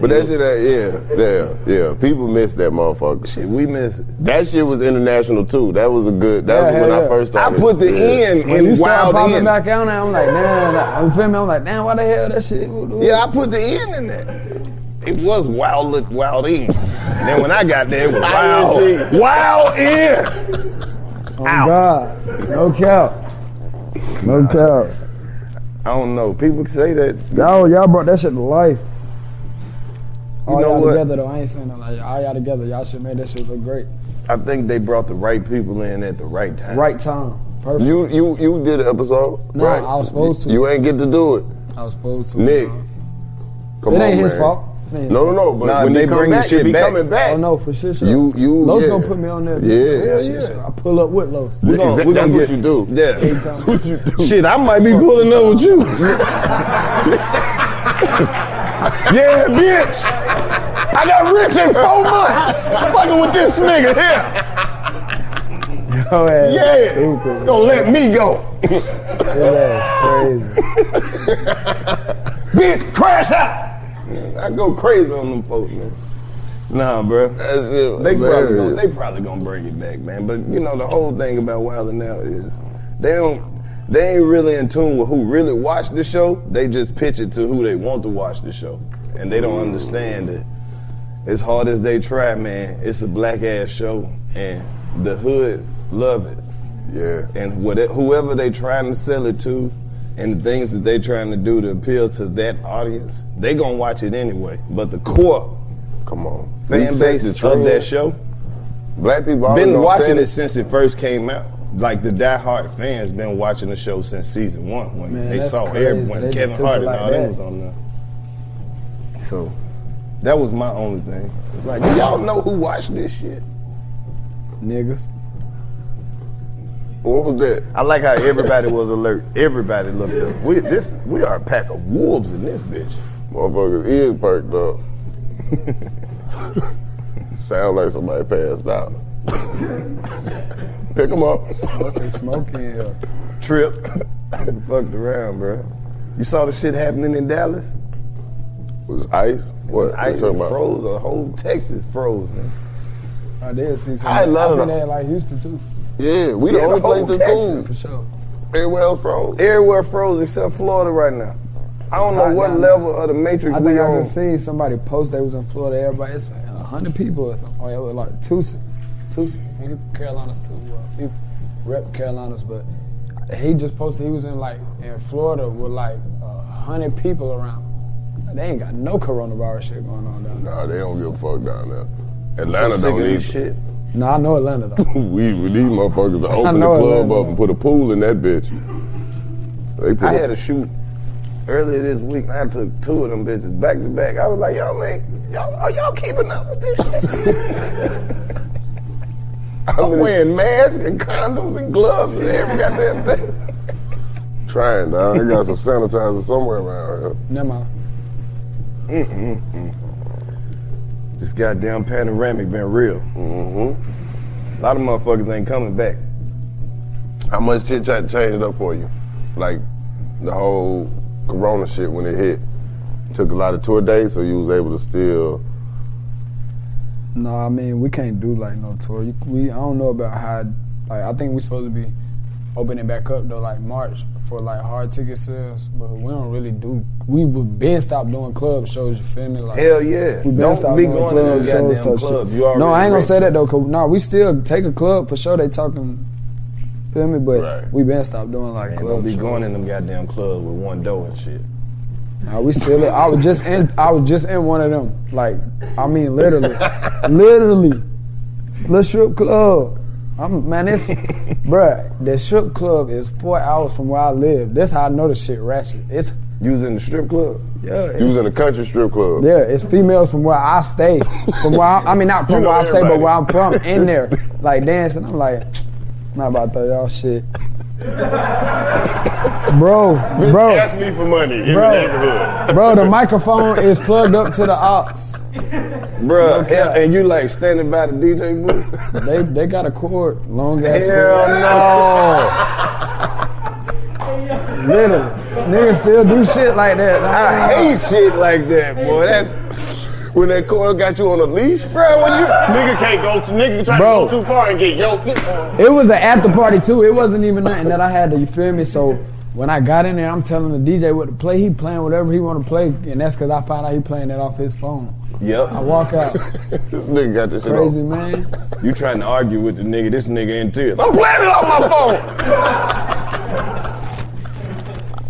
Speaker 4: But that shit, uh, yeah, yeah, yeah. People miss that motherfucker.
Speaker 1: Shit, we miss it.
Speaker 4: That shit was international too. That was a good. That
Speaker 2: Yeah,
Speaker 4: was when
Speaker 2: hell
Speaker 4: I
Speaker 2: yeah.
Speaker 4: first
Speaker 1: I
Speaker 4: started.
Speaker 1: put the
Speaker 4: Yeah.
Speaker 1: end
Speaker 2: When you
Speaker 1: in
Speaker 2: start
Speaker 1: wild
Speaker 2: popping
Speaker 1: end.
Speaker 2: back on that, I'm like, nah, nah. You feel me? I'm like, damn, why the hell that shit?
Speaker 1: Yeah, I put the end in that. It was wild, wild in. And then when I got there, it was wild,
Speaker 4: ING.
Speaker 1: wild in.
Speaker 2: Oh, God. No cap. No cap.
Speaker 1: I don't know. People say that.
Speaker 2: Y'all, y'all brought that shit to life. All
Speaker 1: know
Speaker 2: all
Speaker 1: what?
Speaker 2: together though, I ain't saying nothing like all y'all together. Y'all should make that shit look great.
Speaker 1: I think they
Speaker 4: (laughs)
Speaker 1: brought the right people in at the right time.
Speaker 2: Right time, perfect.
Speaker 4: You you you did an episode.
Speaker 2: No,
Speaker 4: right?
Speaker 2: I was supposed to.
Speaker 4: You ain't get to do it,
Speaker 2: I was supposed to.
Speaker 4: Nick.
Speaker 2: It
Speaker 4: Come
Speaker 2: ain't
Speaker 4: on,
Speaker 2: his
Speaker 4: man.
Speaker 2: fault. happens.
Speaker 4: No, no, no, but
Speaker 2: Nah,
Speaker 4: when
Speaker 2: they
Speaker 4: they come
Speaker 2: bring the
Speaker 4: back,
Speaker 2: shit
Speaker 4: if he
Speaker 2: back.
Speaker 4: coming back,
Speaker 2: Oh no, for sure. sure.
Speaker 4: You- you-
Speaker 2: Los
Speaker 4: yeah.
Speaker 2: gonna put me on there.
Speaker 4: Yeah.
Speaker 2: Hell yeah. I pull up with Los.
Speaker 4: We gon- we gon'
Speaker 2: what
Speaker 4: get- Yeah.
Speaker 2: you do.
Speaker 1: Shit, I might be pulling up with
Speaker 4: (laughs)
Speaker 1: you. yeah, bitch. I got rich in four months. Fucking with this nigga here.
Speaker 2: Yo, ass
Speaker 1: Yeah.
Speaker 2: Stupid.
Speaker 1: Don't let me go.
Speaker 2: His ass crazy.
Speaker 1: Bitch, crash out. I go crazy on them folks, man. Nah, bro. They probably, gonna, they probably gonna bring it back, man. But you know the whole thing about Wildin' Out is they don't they ain't really in tune with who really watched the show. They just pitch it to who they want to watch the show, and they don't understand it. As hard as they try, man, it's a black ass show, and the hood love it. Yeah. And what, whoever they trying to sell it to, and the things that they trying to do to appeal to that audience, they gonna watch it anyway. But the core, come on,
Speaker 4: We
Speaker 1: fan
Speaker 4: set
Speaker 1: base
Speaker 4: the
Speaker 1: of
Speaker 4: trend.
Speaker 1: that show,
Speaker 4: Black people always
Speaker 1: been
Speaker 4: don't
Speaker 1: watching
Speaker 4: say
Speaker 1: it since it first came out. Like the diehard fans been watching the show since season one when
Speaker 4: Man,
Speaker 1: they
Speaker 4: that's
Speaker 1: saw
Speaker 4: crazy.
Speaker 1: everyone,
Speaker 4: They just
Speaker 1: Kevin
Speaker 4: took it
Speaker 1: Hart and
Speaker 4: like
Speaker 1: all that
Speaker 4: that.
Speaker 1: was on there. So that was my only thing. It's Like do y'all know who watched this shit.
Speaker 2: Niggas.
Speaker 1: What was that? I like how everybody was alert. Everybody looked up. We this we are a pack of wolves in this bitch.
Speaker 4: Motherfuckers ears perked up.
Speaker 1: (laughs)
Speaker 4: Sound like somebody passed out. Pick them up.
Speaker 2: Fucking smoking here.
Speaker 1: Trip. fucked around, bro. You saw the shit happening in Dallas?
Speaker 4: Was ice? What? you
Speaker 1: Ice
Speaker 4: talking about?
Speaker 1: froze. The whole Texas froze, man.
Speaker 2: I did see some.
Speaker 1: I love
Speaker 2: I seen
Speaker 1: it.
Speaker 2: that in like Houston too.
Speaker 1: Yeah,
Speaker 2: we the only place
Speaker 1: whole
Speaker 2: that's
Speaker 1: Texas.
Speaker 2: cool. For sure.
Speaker 1: Everywhere else froze. Everywhere froze except Florida right now. I don't
Speaker 2: It's
Speaker 1: know
Speaker 2: hot
Speaker 1: what
Speaker 2: down
Speaker 1: level
Speaker 2: there.
Speaker 1: of the matrix
Speaker 2: I
Speaker 1: we
Speaker 2: think I
Speaker 1: on.
Speaker 2: just seen somebody post they was in Florida. Everybody, it's like hundred people or something. Oh, yeah, it was like Tucson, Tucson. He from Carolinas too. Well, he rep Carolinas, but he just posted he was in like in Florida with like a hundred people around. They ain't got no coronavirus shit going on down there.
Speaker 4: Nah, they don't give a fuck down there.
Speaker 2: I'm
Speaker 4: Atlanta
Speaker 2: so sick
Speaker 4: don't
Speaker 2: of
Speaker 4: need
Speaker 2: this shit. No, I know Atlanta though.
Speaker 4: (laughs) we we need motherfuckers to
Speaker 2: I
Speaker 4: open the
Speaker 2: know
Speaker 4: club
Speaker 2: Atlanta.
Speaker 4: up and put a pool in that bitch. They put
Speaker 1: I
Speaker 4: (laughs)
Speaker 1: had a shoot earlier this week. and I took two of them bitches back to back. I was like, y'all ain't, y'all, are y'all keeping up with this (laughs) shit? I'm wearing masks and condoms and gloves and every goddamn
Speaker 4: (laughs)
Speaker 1: thing.
Speaker 4: trying, dog. They got some sanitizer somewhere around
Speaker 2: Never mind.
Speaker 4: here.
Speaker 1: This goddamn panoramic been real. Mm-hmm. A lot of motherfuckers ain't coming back.
Speaker 4: How much shit cha- changed up for you? Like the whole Corona shit when it hit. Took a lot of tour days, so you was able to still.
Speaker 2: No, I mean we can't do like no tour. You, we I don't know about how. Like I think we supposed to be opening back up though, like March for like hard ticket sales. But we don't really do. We would been stopped doing club shows. You feel me? Like
Speaker 1: Hell yeah.
Speaker 2: we been
Speaker 1: Don't
Speaker 2: stopped
Speaker 1: be
Speaker 2: doing
Speaker 1: going to
Speaker 2: club
Speaker 1: no
Speaker 2: shows.
Speaker 1: goddamn
Speaker 2: type
Speaker 1: club.
Speaker 2: shit.
Speaker 1: You already
Speaker 2: no, I ain't gonna
Speaker 1: rented.
Speaker 2: say that though. Cause no, we still take a club for sure. They talking. Feel me? But we been stopped doing like
Speaker 1: Man,
Speaker 2: club
Speaker 1: don't be
Speaker 2: shows.
Speaker 1: going in them goddamn club with one door and shit.
Speaker 2: Nah, we still. I was just in. I was just in one of them. Like, I mean, literally, literally, the strip club. I'm man,
Speaker 4: (laughs)
Speaker 2: it's, bruh, the strip club is four hours from where I live. That's how I know the shit ratchet. It's
Speaker 1: you was in the strip club.
Speaker 2: Yeah,
Speaker 4: You
Speaker 2: it's,
Speaker 4: was in a country strip club.
Speaker 2: yeah, it's females from where I stay, from where I, I mean, not from
Speaker 4: (laughs) You know
Speaker 2: where I stay, but
Speaker 4: everybody.
Speaker 2: where I'm from in
Speaker 4: (laughs)
Speaker 2: there, like dancing. I'm like, not about to throw y'all
Speaker 4: (laughs)
Speaker 2: shit, bro,
Speaker 4: Bitch,
Speaker 2: bro.
Speaker 4: ask me for money in
Speaker 2: Bro.
Speaker 4: the neighborhood.
Speaker 2: Bro, the microphone is plugged up to the aux.
Speaker 1: Bruh, and- and you like standing by the DJ booth?
Speaker 2: they they got a cord, long ass.
Speaker 1: Hell
Speaker 2: no. Literally, niggas still do shit like that.
Speaker 1: I hate shit like that, boy. That's when that cord got you on a leash, bro. When you
Speaker 4: nigga can't go, nigga try
Speaker 2: Bro.
Speaker 4: to go too far and get yoked.
Speaker 2: It was an after party too. It wasn't even nothing that I had to. You feel me? So when I got in there, I'm telling the DJ what to play. He playing whatever he want to play, and that's because I found out he playing that off his phone.
Speaker 1: Yep.
Speaker 2: I walk out,
Speaker 1: this nigga got this shit
Speaker 2: crazy
Speaker 1: on.
Speaker 2: man.
Speaker 1: You trying to argue with the nigga? This nigga in tears.
Speaker 4: I'm playing it on my phone.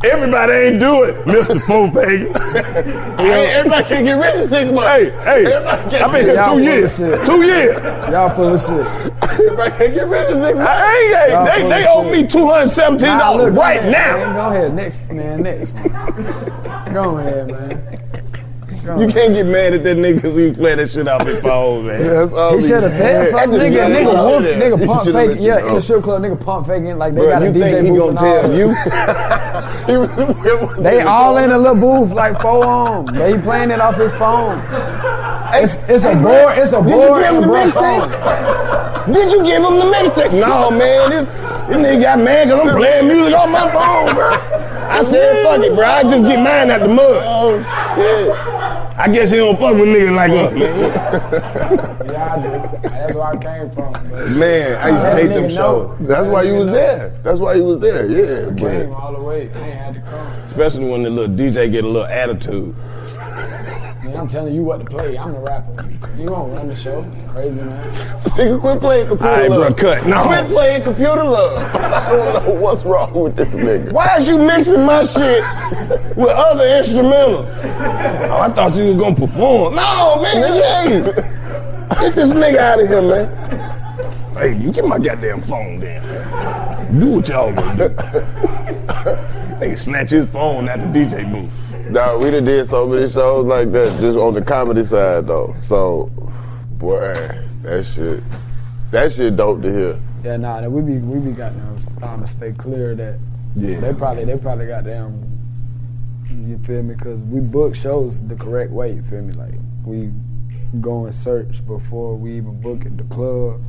Speaker 4: Everybody ain't do it, Mr. Popega. hey, everybody can get rich in six months. Hey, hey, I've been here
Speaker 2: Y'all
Speaker 4: two
Speaker 2: full of
Speaker 4: years.
Speaker 2: shit.
Speaker 4: Two years.
Speaker 2: Y'all full of shit.
Speaker 4: Everybody can get rich in six months. Hey, hey,
Speaker 2: Y'all
Speaker 4: they,
Speaker 2: full
Speaker 4: they
Speaker 2: of
Speaker 4: owe
Speaker 2: shit.
Speaker 4: me $217
Speaker 2: Nah, look, go
Speaker 4: right
Speaker 2: ahead,
Speaker 4: now.
Speaker 2: Man, go ahead, next man, next. man. go ahead, man.
Speaker 1: You can't get mad at that nigga because he play that shit out before, old man.
Speaker 4: Yeah, that's all
Speaker 2: He should have said something. Nigga, nigga, wolf, nigga pump fake. Yeah, in the
Speaker 1: show.
Speaker 2: strip club, nigga pump faking like they
Speaker 1: Bruh,
Speaker 2: got a
Speaker 1: you
Speaker 2: DJ
Speaker 1: think he
Speaker 2: booth
Speaker 1: gonna
Speaker 2: and
Speaker 1: tell
Speaker 2: all.
Speaker 4: you?
Speaker 2: they all in a little booth like four on. But he playing it off his phone. It's, it's a board. It's a
Speaker 1: Did you
Speaker 2: board
Speaker 1: give him
Speaker 2: and
Speaker 1: the
Speaker 2: brush
Speaker 1: mixtape?
Speaker 2: phone.
Speaker 1: Did you give him the mixtape? No, man. This, this nigga got mad because I'm playing music on my phone, bro. I said, fuck it, bro. I just get mine out the mud. Oh, shit. I guess he don't fuck with niggas like us, man.
Speaker 2: Yeah, I do. That's where I came from. but-
Speaker 1: Man, I used to
Speaker 2: Let
Speaker 1: hate
Speaker 2: a
Speaker 1: them
Speaker 2: nigga
Speaker 1: shows.
Speaker 2: know.
Speaker 4: That's why you was there. That's why you was there. Yeah,
Speaker 2: I
Speaker 4: but
Speaker 2: came all the way. I ain't had to come.
Speaker 1: Especially when the little DJ get a little attitude.
Speaker 2: Man, I'm telling you what to play. I'm the rapper. You don't run the show. Crazy man.
Speaker 4: Nigga, quit playing computer
Speaker 1: All right, bro,
Speaker 4: love.
Speaker 1: cut. No.
Speaker 4: Quit playing computer
Speaker 1: (laughs)
Speaker 4: love. I don't know what's wrong with this nigga.
Speaker 1: Why is you mixing my shit with other instrumentals? Oh, I thought you was gonna perform. No, man, you ain't. Get this nigga out of here, man. Hey, you get my goddamn phone down. Do what y'all gonna do. Nigga snatch his phone out the DJ booth.
Speaker 4: Nah, we done did so many shows like that just on the comedy side though. So, boy, that shit, that shit dope to hear.
Speaker 2: Yeah, nah, that we be we be got them time to stay clear of that.
Speaker 4: Yeah.
Speaker 2: They probably they probably got them. You feel me? Cause we book shows the correct way. You feel me? Like we go and search before we even book at the club.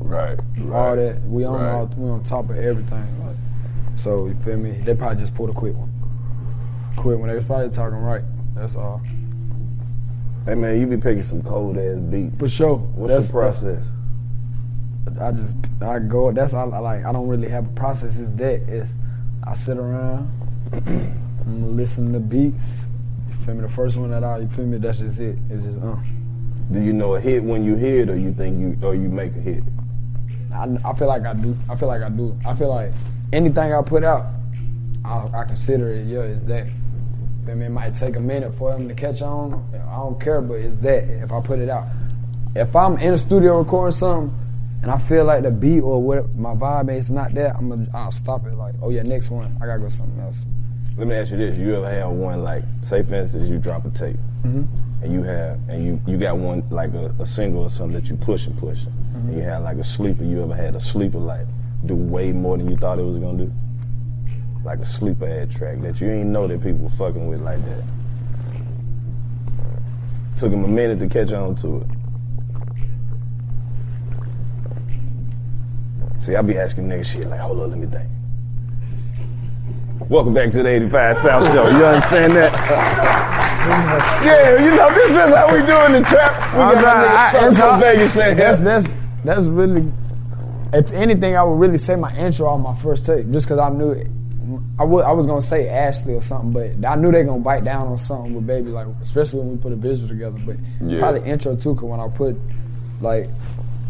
Speaker 4: Right.
Speaker 2: all that. We on
Speaker 4: right.
Speaker 2: all we on top of everything. Like, so you feel me? They probably just pulled a quick one. Quick one. They was probably talking right. That's all.
Speaker 1: Hey man, you be picking some cold ass beats.
Speaker 2: For sure.
Speaker 1: What's
Speaker 2: That's-
Speaker 1: the process?
Speaker 2: I just I go. That's all. I like. I don't really have a process. It's that. It's I sit around, (clears throat) I'm listen to beats. You feel me? The first one that I you feel me? That's just it. It's just uh.
Speaker 1: Do you know a hit when you hear it, or you think you or you make a hit?
Speaker 2: I, I feel like I do. I feel like I do. I feel like anything I put out, I, I consider it. Yeah, it's that. I mean, it might take a minute for them to catch on. I don't care, but it's that. If I put it out, if I'm in a studio recording something and I feel like the beat or what my vibe is not that, I'm gonna I'll stop it. Like, oh yeah, next one, I gotta go something else.
Speaker 1: Let me ask you this: You ever had one like, say for instance, you drop a tape,
Speaker 2: Mhm.
Speaker 1: and you have, and you you got one like a, a single or something that you push and push, and you had like a sleeper. You ever had a sleeper like do way more than you thought it was gonna do, like a sleeper ad track that you ain't know that people were fucking with like that. Took him a minute to catch on to it. See, I be asking niggas shit like, hold on, let me think. Welcome back to the 85 South Show. You understand that? yeah, you know, this is how we do in the trap. We
Speaker 2: I'm
Speaker 1: got
Speaker 2: not- I-
Speaker 1: our niggas
Speaker 2: it's
Speaker 1: stuck
Speaker 2: hard.
Speaker 1: in Vegas saying
Speaker 2: That's that's that's really. If anything, I would really say my intro on my first tape, just because I knew it. I wa- I was gonna say Ashley or something, but I knew they gonna bite down on something with Baby, like especially when we put a visual together. But
Speaker 4: Yeah.
Speaker 2: probably intro too, cause when I put like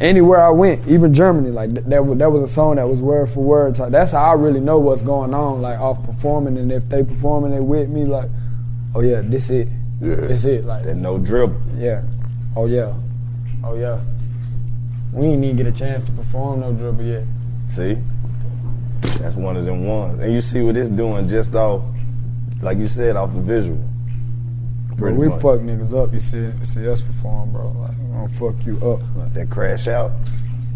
Speaker 2: anywhere I went, even Germany, like th- that wa- that was a song that was word for word. type. That's how I really know what's going on, like off performing, and if they performing it with me, like, oh yeah, this it,
Speaker 1: Yeah.
Speaker 2: this it, like
Speaker 1: that no dribble.
Speaker 2: yeah. Oh yeah. Oh yeah. We ain't even get a chance to perform no dribble yet.
Speaker 1: See? That's one of them ones. And you see what it's doing just off, like you said, off the visual.
Speaker 2: Bro,
Speaker 1: Pretty
Speaker 2: we
Speaker 1: much.
Speaker 2: fuck niggas up. You see, see us perform, bro. Like we gonna fuck you up. Like,
Speaker 1: that crash out.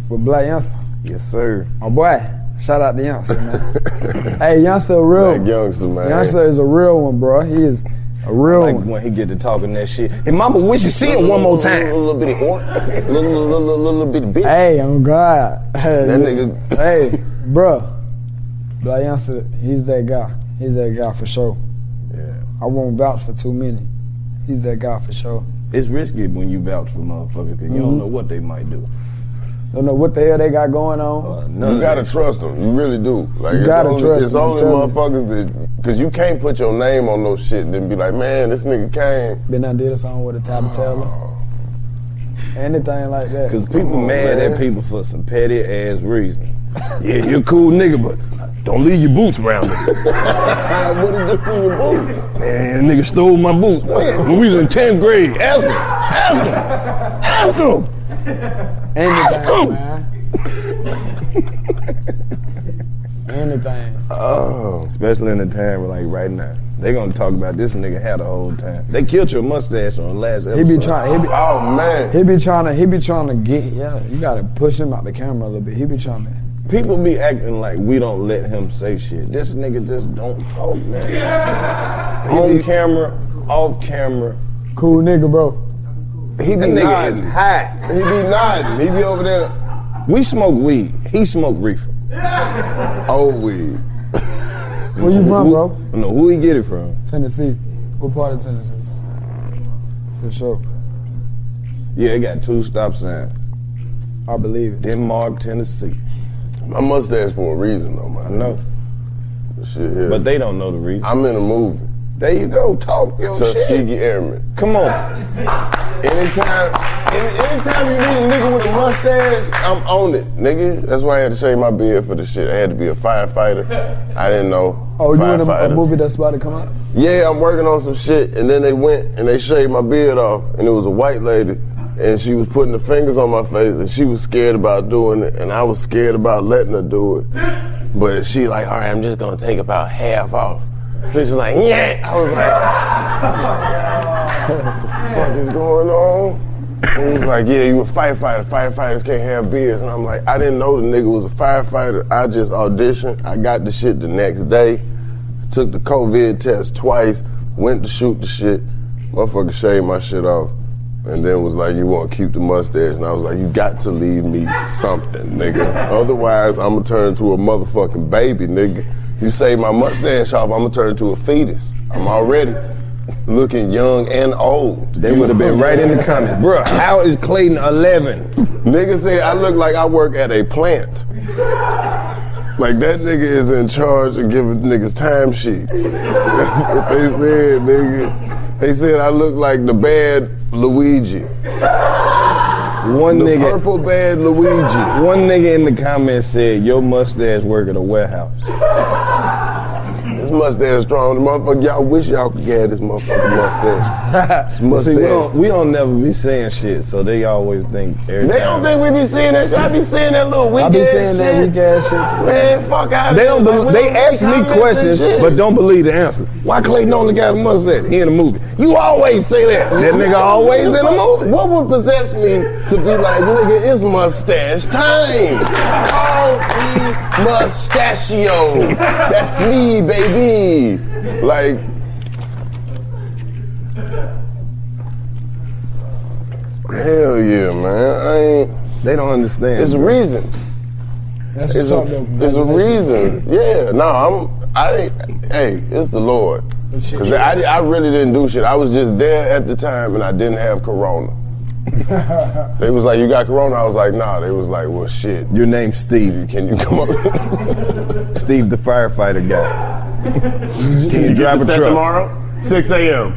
Speaker 2: With Black Youngster.
Speaker 1: Yes, sir.
Speaker 2: My boy. Shout out to Youngster,
Speaker 1: (laughs)
Speaker 2: man. hey, Youngster, a real.
Speaker 1: Black Youngster, man.
Speaker 2: Youngster is a real one, bro. He is a real
Speaker 1: like
Speaker 2: one.
Speaker 1: when he get to talking that shit. Hey, mama, wish you see him one more time.
Speaker 4: Little bitty horn, little little little, little bitty bitch.
Speaker 2: Hey, oh God. Hey,
Speaker 4: That
Speaker 2: you- (laughs)
Speaker 4: nigga-
Speaker 2: Hey, bro. Black Youngster, he's that guy. He's that guy for sure.
Speaker 1: Yeah.
Speaker 2: I won't vouch for too many. He's that guy for sure.
Speaker 1: It's risky when you vouch for motherfuckers because
Speaker 2: Mhm.
Speaker 1: you don't know what they might do.
Speaker 2: Don't know what the hell they got going on.
Speaker 1: none
Speaker 4: you
Speaker 1: of
Speaker 4: gotta
Speaker 1: that
Speaker 4: trust them. You really do. Like
Speaker 2: You
Speaker 4: it's
Speaker 2: gotta
Speaker 4: only,
Speaker 2: trust
Speaker 4: It's
Speaker 2: 'em, I'm
Speaker 4: only
Speaker 2: telling you.
Speaker 4: motherfuckers that because you can't put your name on no shit and then be like, man, this nigga came.
Speaker 2: Been done did a song with a Tabby Taylor. Anything like that.
Speaker 1: Because people mad at people for some petty ass reason. yeah, you're a cool nigga, but don't leave your boots around me.
Speaker 4: what did this do your boots?
Speaker 1: Man, nigga stole my boots man, when we was in 10th grade. Ask him. Ask him. Ask him.
Speaker 2: Anything,
Speaker 1: Ask him.
Speaker 2: man. (laughs) Anything.
Speaker 3: Oh. Especially in the time where, like right now. They gonna talk about this nigga had the whole time. They killed your mustache on the last
Speaker 2: He
Speaker 3: episode.
Speaker 2: be trying. He be,
Speaker 1: oh man.
Speaker 2: He be trying to. He be trying to get. Yeah, you gotta push him out the camera a little bit. He be trying to.
Speaker 3: People be acting like we don't let him say shit. This nigga just don't talk, man.
Speaker 2: (laughs)
Speaker 3: On camera, off camera.
Speaker 2: Cool nigga, bro.
Speaker 3: He be
Speaker 1: That nigga is
Speaker 3: nodding.
Speaker 1: hot. He be nodding. He be over there.
Speaker 3: We smoke weed. He smoke reefer.
Speaker 4: Oh,
Speaker 1: Old weed.
Speaker 2: Where you from,
Speaker 3: Who-
Speaker 2: bro?
Speaker 3: I don't know who he get it from.
Speaker 2: Tennessee. What part of Tennessee? For sure.
Speaker 3: Yeah, it got two stop signs.
Speaker 2: I believe it.
Speaker 3: Denmark, Tennessee.
Speaker 1: My mustache for a reason though, man.
Speaker 3: I know.
Speaker 1: Shit here.
Speaker 3: But they don't know the reason.
Speaker 1: I'm in a movie.
Speaker 3: There you go. Talk your
Speaker 1: Tuskegee
Speaker 3: shit.
Speaker 1: Airmen.
Speaker 3: Come on.
Speaker 1: Anytime, any, anytime you need a nigga with a mustache, I'm on it, nigga. That's why I had to shave my beard for the shit. I had to be a firefighter. I didn't know.
Speaker 2: Oh, you in a, a
Speaker 1: firefighters.
Speaker 2: movie that's about to come out?
Speaker 1: Yeah, I'm working on some shit, and then they went and they shaved my beard off, and it was a white lady, and she was putting the fingers on my face, and she was scared about doing it, and I was scared about letting her do it. But she like, all right, I'm just gonna take about half off. So she's like, yeah. I was like, what the fuck is going on? And he was like, yeah, you a firefighter. Firefighters can't have beards. And I'm like, I didn't know the nigga was a firefighter. I just auditioned. I got the shit the next day took the COVID test twice, went to shoot the shit, motherfucker shaved my shit off, and then was like, you want to keep the mustache? And I was like, you got to leave me something, nigga. Otherwise, I'm going to turn to a motherfucking baby, nigga. You save my mustache off, I'm going to turn to a fetus. I'm already looking young and old.
Speaker 3: They would have been right in the comments. Bruh, how is Clayton 11?
Speaker 1: Nigga said I look like I work at a plant. Like that nigga is in charge of giving niggas time sheets. (laughs) That's what they said, nigga. They said I look like the bad Luigi.
Speaker 3: One
Speaker 1: the
Speaker 3: nigga.
Speaker 1: purple bad Luigi.
Speaker 3: One nigga in the comments said, Your mustache work at a warehouse.
Speaker 1: This mustache strong. The motherfucker, y'all wish y'all could get this
Speaker 3: (laughs)
Speaker 1: motherfucking mustache. This
Speaker 3: See,
Speaker 1: mustache.
Speaker 3: we don't, we don't never be saying shit, so they always think everything.
Speaker 1: they don't think we be seeing that shit. I be seeing that little weak
Speaker 2: I be
Speaker 1: ass
Speaker 2: saying
Speaker 1: shit.
Speaker 2: that weak ass shit too.
Speaker 1: Man, fuck out
Speaker 3: They don't.
Speaker 1: Like,
Speaker 3: Be-
Speaker 1: we
Speaker 3: they
Speaker 1: don't
Speaker 3: ask me
Speaker 1: comments and
Speaker 3: questions,
Speaker 1: shit.
Speaker 3: but don't believe the answer. Why Clayton only got a mustache? He in the movie. You always say that. That nigga always in the movie.
Speaker 1: What would possess me to be like, nigga, it's mustache time. Call me mustachio. That's me, baby. Like, hell yeah, man. I ain't.
Speaker 3: They don't understand.
Speaker 1: It's a reason.
Speaker 2: That's
Speaker 1: It's
Speaker 2: what's
Speaker 1: a,
Speaker 2: up, though.
Speaker 1: it's a
Speaker 2: Congratulations.
Speaker 1: reason. Yeah. No, I'm. I didn't. Hey, it's the Lord. Cause I, di- I really didn't do shit. I was just there at the time, and I didn't have corona. they was like, "You got corona?" I was like, "Nah." They was like, "Well, shit.
Speaker 3: Your name's Steve.
Speaker 1: Can you come (laughs) up?"
Speaker 3: Steve, the firefighter guy. Can you
Speaker 9: You
Speaker 3: drive a
Speaker 9: get the set
Speaker 3: truck?
Speaker 9: tomorrow? 6 a.m.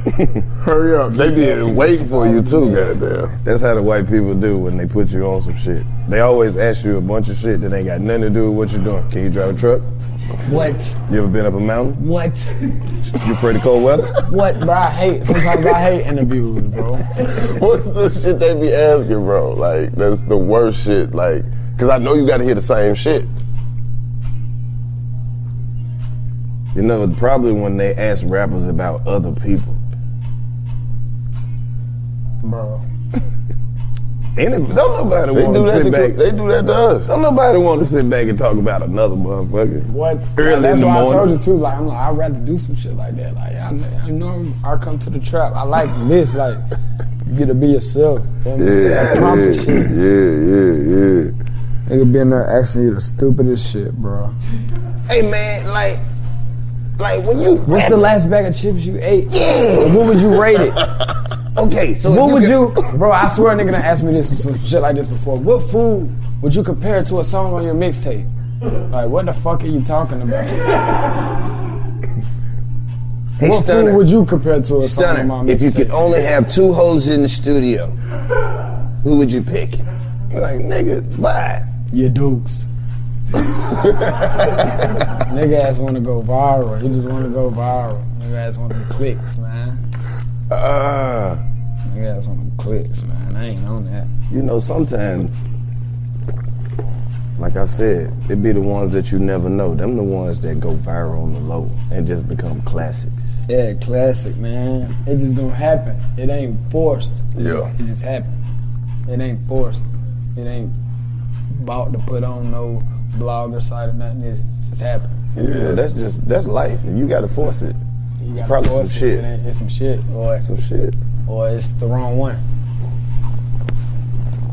Speaker 1: Hurry up! They been waiting for you too. Goddamn.
Speaker 3: That's how the white people do when they put you on some shit. They always ask you a bunch of shit that ain't got nothing to do with what you're doing. Can you drive a truck?
Speaker 2: What?
Speaker 3: You ever been up a mountain?
Speaker 2: What?
Speaker 3: You afraid of cold weather?
Speaker 2: What? Bro, I hate. Sometimes I hate interviews, bro.
Speaker 1: (laughs) What's the shit they be asking, bro? Like, that's the worst shit. Like, cause I know you got to hear the same shit.
Speaker 3: You know, probably when they ask rappers about other people.
Speaker 2: Bro.
Speaker 3: Any, don't nobody
Speaker 1: They
Speaker 3: want to
Speaker 1: do that.
Speaker 3: sit
Speaker 1: To,
Speaker 3: back.
Speaker 1: they do that to us.
Speaker 3: Don't nobody want to sit back and talk about another motherfucker.
Speaker 2: What?
Speaker 3: Early in
Speaker 2: that's
Speaker 3: the
Speaker 2: why
Speaker 3: morning.
Speaker 2: I told you too. Like I'm like I'd rather do some shit like that. Like I, I know I come to the trap. I like this. Like you get to be yourself. Yeah,
Speaker 1: Yeah,
Speaker 2: that proper
Speaker 1: yeah,
Speaker 2: shit.
Speaker 1: yeah, yeah, yeah.
Speaker 2: Nigga be in there asking you the stupidest shit, bro.
Speaker 3: Hey man, like, like when you
Speaker 2: What's the last bag of chips you ate? Yeah. What would you rate it?
Speaker 3: okay, so
Speaker 2: What would you, bro? I swear, a nigga, done asked me this some shit like this before. What food would you compare to a song on your mixtape? Like, what the fuck are you talking about?
Speaker 3: Hey,
Speaker 2: what
Speaker 3: Stunner.
Speaker 2: food would you compare to a song
Speaker 3: Stunner,
Speaker 2: on my mixtape?
Speaker 3: if you could only have two hoes in the studio, who would you pick? Like, nigga, bye.
Speaker 2: your Dukes. nigga ass want to go viral. He just want to go viral. Nigga ass want them clicks, man.
Speaker 3: Uh,
Speaker 2: Nigga ass want them clicks, man. I ain't on that.
Speaker 3: you know, sometimes
Speaker 1: Like I said, it be the ones that you never know. Them the ones that go viral on the low and just become classics.
Speaker 2: Yeah, classic, man. It just gonna happen. It ain't forced. It
Speaker 1: Yeah.
Speaker 2: Just, it just happened. It ain't forced. It ain't bought to put on no blog or site or nothing. It just happened.
Speaker 1: Yeah, that's just that's life. and You gotta force it.
Speaker 2: You
Speaker 1: It's
Speaker 2: gotta
Speaker 1: probably some
Speaker 2: force it.
Speaker 1: shit.
Speaker 2: It ain't- It's some shit. Or
Speaker 1: some shit.
Speaker 2: Or it's the wrong one.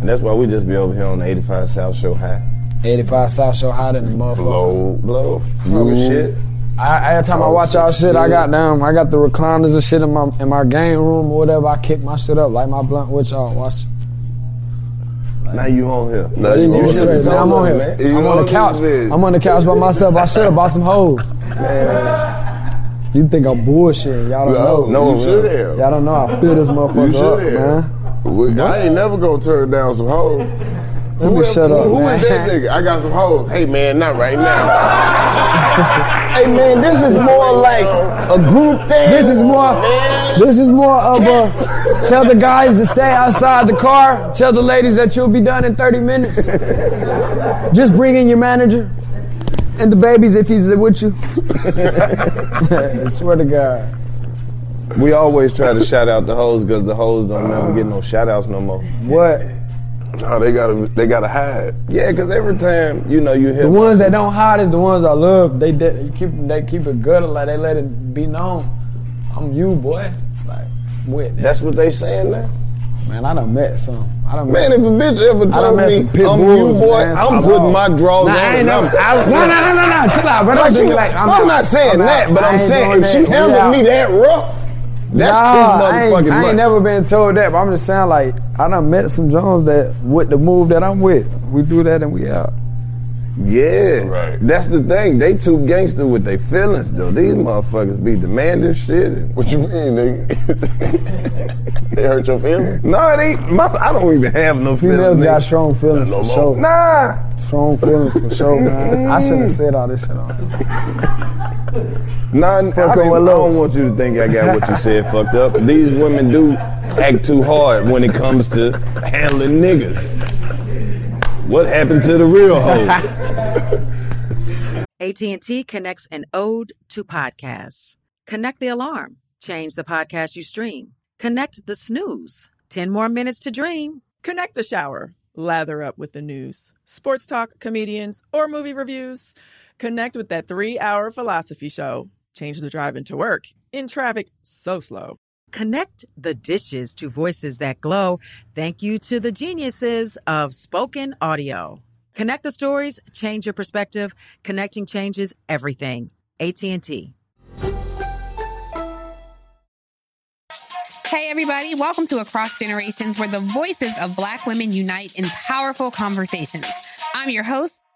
Speaker 1: And that's why we just be over here on the 85 South Show High.
Speaker 2: 85 South Show hotter than motherfucker.
Speaker 1: Blow, blow, full
Speaker 3: Mm-hmm.
Speaker 2: Ooh.
Speaker 1: shit.
Speaker 2: I, every time I watch y'all shit, I got down. I got the recliners and shit in my in my game room or whatever. I kick my shit up, like my blunt with y'all. Watch.
Speaker 1: Now you on here.
Speaker 2: Now, I'm on here. I'm on the couch. I'm on the couch by myself. I should have bought some hoes. You think I'm bullshitting? Y'all
Speaker 4: No,
Speaker 2: don't know.
Speaker 4: no, You should have.
Speaker 2: Y'all don't know. I fill this motherfucker
Speaker 4: You should
Speaker 2: up,
Speaker 4: have.
Speaker 2: man.
Speaker 4: We- I ain't never gonna turn down some hoes.
Speaker 2: Let me shut up,
Speaker 4: Who
Speaker 2: man.
Speaker 4: is that nigga? I got some hoes. Hey man, not right now.
Speaker 1: (laughs) Hey man, this is more like a group thing.
Speaker 2: This is more. This is more of a. Tell the guys to stay outside the car. Tell the ladies that you'll be done in 30 minutes. Just bring in your manager and the babies if he's with you. (laughs) I swear to God.
Speaker 1: We always try to shout out the hoes because the hoes don't never get no shout outs no more.
Speaker 2: What?
Speaker 4: Oh,
Speaker 1: No, they gotta they gotta hide. Yeah, because every time you know you hear
Speaker 2: The ones that don't hide is the ones I love. They, de- they keep they keep it gutter like they let it be known. I'm you, boy. Like with that.
Speaker 1: That's what they saying now.
Speaker 2: Man, I done met some. I done
Speaker 1: Man,
Speaker 2: met
Speaker 1: if a
Speaker 2: some-
Speaker 1: bitch ever
Speaker 2: I done
Speaker 1: told
Speaker 2: met
Speaker 1: me,
Speaker 2: some pit
Speaker 1: "I'm
Speaker 2: bulls,
Speaker 1: you, boy,"
Speaker 2: man,
Speaker 1: I'm
Speaker 2: some
Speaker 1: putting
Speaker 2: dogs.
Speaker 1: my drawers
Speaker 2: Nah,
Speaker 1: on
Speaker 2: I ain't
Speaker 1: and
Speaker 2: never,
Speaker 1: I'm-
Speaker 2: I- no, no, no, no, no, chill out, bro.
Speaker 1: No,
Speaker 2: Don't
Speaker 1: she-
Speaker 2: be like, I'm,
Speaker 1: I'm not saying
Speaker 2: I'm
Speaker 1: that, but
Speaker 2: I
Speaker 1: I'm
Speaker 2: ain't
Speaker 1: saying
Speaker 2: doing
Speaker 1: if she
Speaker 2: that.
Speaker 1: handled
Speaker 2: Yeah.
Speaker 1: me that rough, that's
Speaker 2: Nah,
Speaker 1: too
Speaker 2: I ain't-
Speaker 1: motherfucking
Speaker 2: I ain't,
Speaker 1: much.
Speaker 2: never been told that, but I'm just saying like I done met some Jones that with the move that I'm with, we do that and we out.
Speaker 1: Yeah, right. That's the thing. They too gangster with their feelings though. These motherfuckers be demanding shit. And what you mean, (laughs) nigga? they hurt your feelings? No, it ain't. My, I don't even have no
Speaker 2: Females
Speaker 1: feelings.
Speaker 2: got
Speaker 1: nigga.
Speaker 2: strong feelings
Speaker 1: No
Speaker 2: for
Speaker 1: more.
Speaker 2: sure.
Speaker 1: Nah.
Speaker 2: Strong feelings for sure, man. I shouldn't have said all this shit on.
Speaker 1: Nah, I, mean, I
Speaker 2: with
Speaker 1: don't want you to think I got what you said fucked up. These women do act too hard when it comes to handling niggas. What happened to the real hoes?
Speaker 12: AT&T connects an ode to podcasts. Connect the alarm. Change the podcast you stream. Connect the snooze. 10 more minutes to dream.
Speaker 13: Connect the shower. Lather up with the news, sports talk, comedians, or movie reviews. Connect with that three hour philosophy show. Change Oh, the drive into work in traffic so slow.
Speaker 12: Connect the dishes to voices that glow. Thank you to the geniuses of spoken audio. Connect the stories, change your perspective. Connecting changes everything. AT&T.
Speaker 7: Hey, everybody, welcome to Across Generations, where the voices of Black women unite in powerful conversations. I'm your host,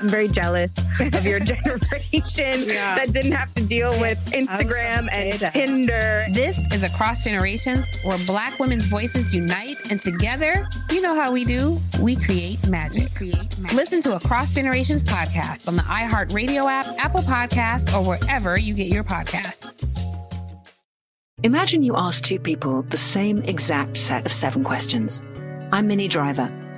Speaker 10: I'm very jealous of
Speaker 14: (laughs)
Speaker 10: your generation that didn't have to deal with Instagram and Tinder.
Speaker 7: This is Across Generations, where Black women's voices unite, and together, you know how we do, we create magic. Listen to Across Generations podcast on the iHeartRadio app, Apple Podcasts, or wherever you get your podcasts.
Speaker 11: Imagine you ask two people the same exact set of seven questions. I'm Minnie Driver,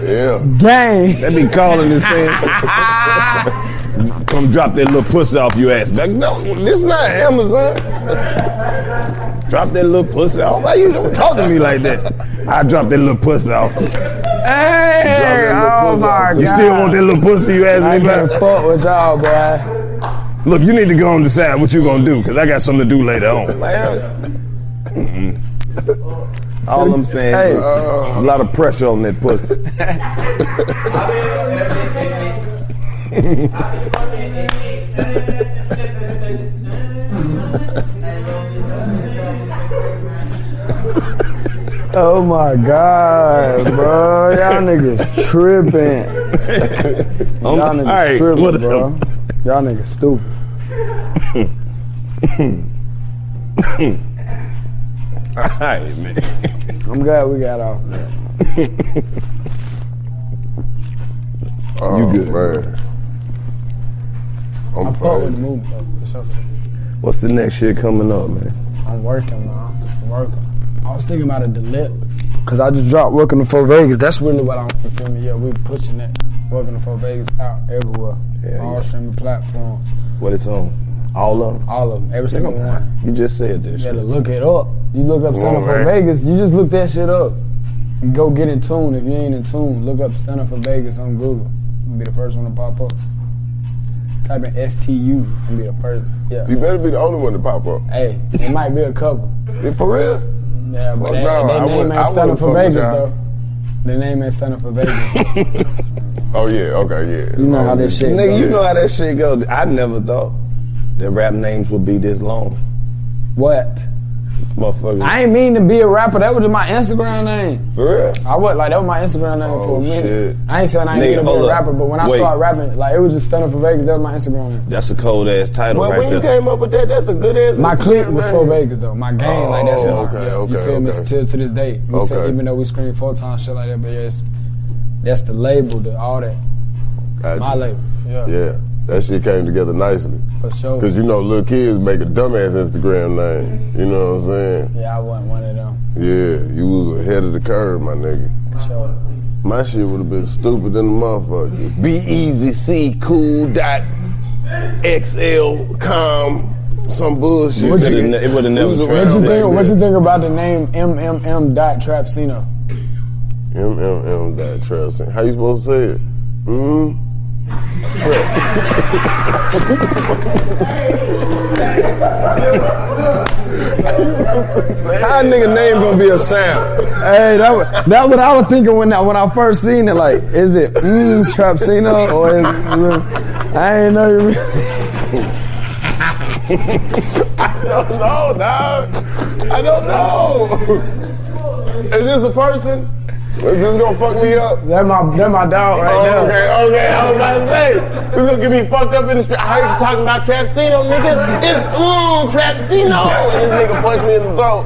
Speaker 4: Yeah.
Speaker 2: Dang.
Speaker 1: They be calling this thing. Come drop that little pussy off your ass. Back. No, this not Amazon. drop that little pussy off. Why you don't talk to me like that? I drop that little pussy off.
Speaker 2: Hey, oh my God.
Speaker 1: You still want that little pussy you asked me
Speaker 2: I
Speaker 1: about?
Speaker 2: can't fuck with y'all, boy.
Speaker 1: Look, you need to go and decide what you gonna do, cause I got something to do later on. Mm-mm. All I'm saying,
Speaker 4: Hey.
Speaker 1: is a lot of pressure on that pussy.
Speaker 2: Oh my God, bro. Y'all niggas
Speaker 1: (laughs)
Speaker 2: tripping. Y'all
Speaker 1: I'm-
Speaker 2: niggas
Speaker 1: all right,
Speaker 2: tripping,
Speaker 1: what-
Speaker 2: bro. Y'all niggas stupid.
Speaker 1: All right, man.
Speaker 2: I'm glad we got off that.
Speaker 4: Oh, you good? Man. I'm,
Speaker 2: Fuck with
Speaker 4: fine.
Speaker 2: the movement, though, for sure.
Speaker 1: What's the next shit coming up, man?
Speaker 2: I'm working, bro. I'm working. I was thinking about a delete. Cause I just dropped Welcome to Fort Vegas. That's really what I'm you feel me. Yeah, we pushing that Welcome to Fort Vegas out everywhere, all streaming platforms,
Speaker 1: What it's on? All of them.
Speaker 2: all of them, every
Speaker 1: They
Speaker 2: single
Speaker 1: gonna-
Speaker 2: one.
Speaker 1: You just said this.
Speaker 2: You gotta look it up. You look up
Speaker 1: Come
Speaker 2: Center
Speaker 1: on,
Speaker 2: for
Speaker 1: man.
Speaker 2: Vegas. You just look that shit up. You go get in tune. If you ain't in tune, look up Center for Vegas on Google. It'll be the first one to pop up. Type in STU and be the first. Yeah.
Speaker 4: You better be the only one to pop up.
Speaker 2: Hey, it might be a couple.
Speaker 4: for real?
Speaker 2: Yeah, but
Speaker 4: Well,
Speaker 2: they,
Speaker 4: no,
Speaker 2: they
Speaker 4: I
Speaker 2: name
Speaker 4: wouldn't- I
Speaker 2: ain't standing
Speaker 4: wouldn't
Speaker 2: for
Speaker 4: fuck with
Speaker 2: Vegas
Speaker 4: y'all.
Speaker 2: though. Their name ain't standing for Vegas.
Speaker 4: Oh yeah. Okay. Yeah.
Speaker 2: You know how that shit
Speaker 1: Nigga,
Speaker 2: go.
Speaker 1: you know how that shit go. I never thought that rap names would be this long.
Speaker 2: What?
Speaker 1: Motherfucker.
Speaker 2: I ain't mean to be a rapper. That was just my Instagram name.
Speaker 1: For real?
Speaker 2: I was like that was my Instagram name for a minute.
Speaker 1: shit.
Speaker 2: I ain't saying I ain't
Speaker 1: Nigga,
Speaker 2: mean to be
Speaker 1: hold
Speaker 2: a
Speaker 1: up.
Speaker 2: rapper, but when I
Speaker 1: Wait.
Speaker 2: started rapping, like it was just standing for Vegas. That was my Instagram name.
Speaker 1: That's a cold ass title
Speaker 4: Well,
Speaker 1: right
Speaker 4: when you
Speaker 1: there.
Speaker 4: came up with that, that's a good answer.
Speaker 2: My clip was for Vegas though. My game, like that's
Speaker 4: Oh,
Speaker 2: mine.
Speaker 4: okay,
Speaker 2: Yeah,
Speaker 4: okay,
Speaker 2: You feel me?
Speaker 4: okay.
Speaker 2: Still to this day. We say,
Speaker 4: Okay.
Speaker 2: even though we scream four times shit like that, but yes, that's the label, the all that.
Speaker 4: Gotcha.
Speaker 2: My label. Yeah.
Speaker 4: Yeah. That shit came together nicely.
Speaker 2: For sure.
Speaker 4: Cause you know, little kids make a dumbass Instagram name. You know what I'm saying?
Speaker 2: Yeah, I wasn't one of them.
Speaker 4: Yeah, you was ahead of the curve, my nigga.
Speaker 2: For sure.
Speaker 4: My shit would have been stupid than a motherfucker. Be easy, C cool dot XL com some bullshit.
Speaker 1: It would've
Speaker 4: nigga.
Speaker 1: ne- it would've never
Speaker 4: was
Speaker 2: What you
Speaker 4: around
Speaker 2: think? What
Speaker 4: back
Speaker 2: you think about the name MMM dot Trapsino?
Speaker 4: then. MMM dot Trelson. How you supposed to say it? Mm.
Speaker 1: How a nigga name gonna be a sound?
Speaker 2: Hey, that wa- that what I was thinking when I, when I first seen it. Like, is it mm, Trapsino or is it, I ain't know. You,
Speaker 4: I don't know, dog. I don't know. (laughs) Is this a person? Is this gonna fuck me up?
Speaker 2: that my that my dog right
Speaker 4: Oh,
Speaker 2: there.
Speaker 4: okay, okay. I was about to say, this gonna get me fucked up in the street. I heard you talking about Trapsino, nigga. It's mmm, Trapsino. And this nigga punched me in the throat.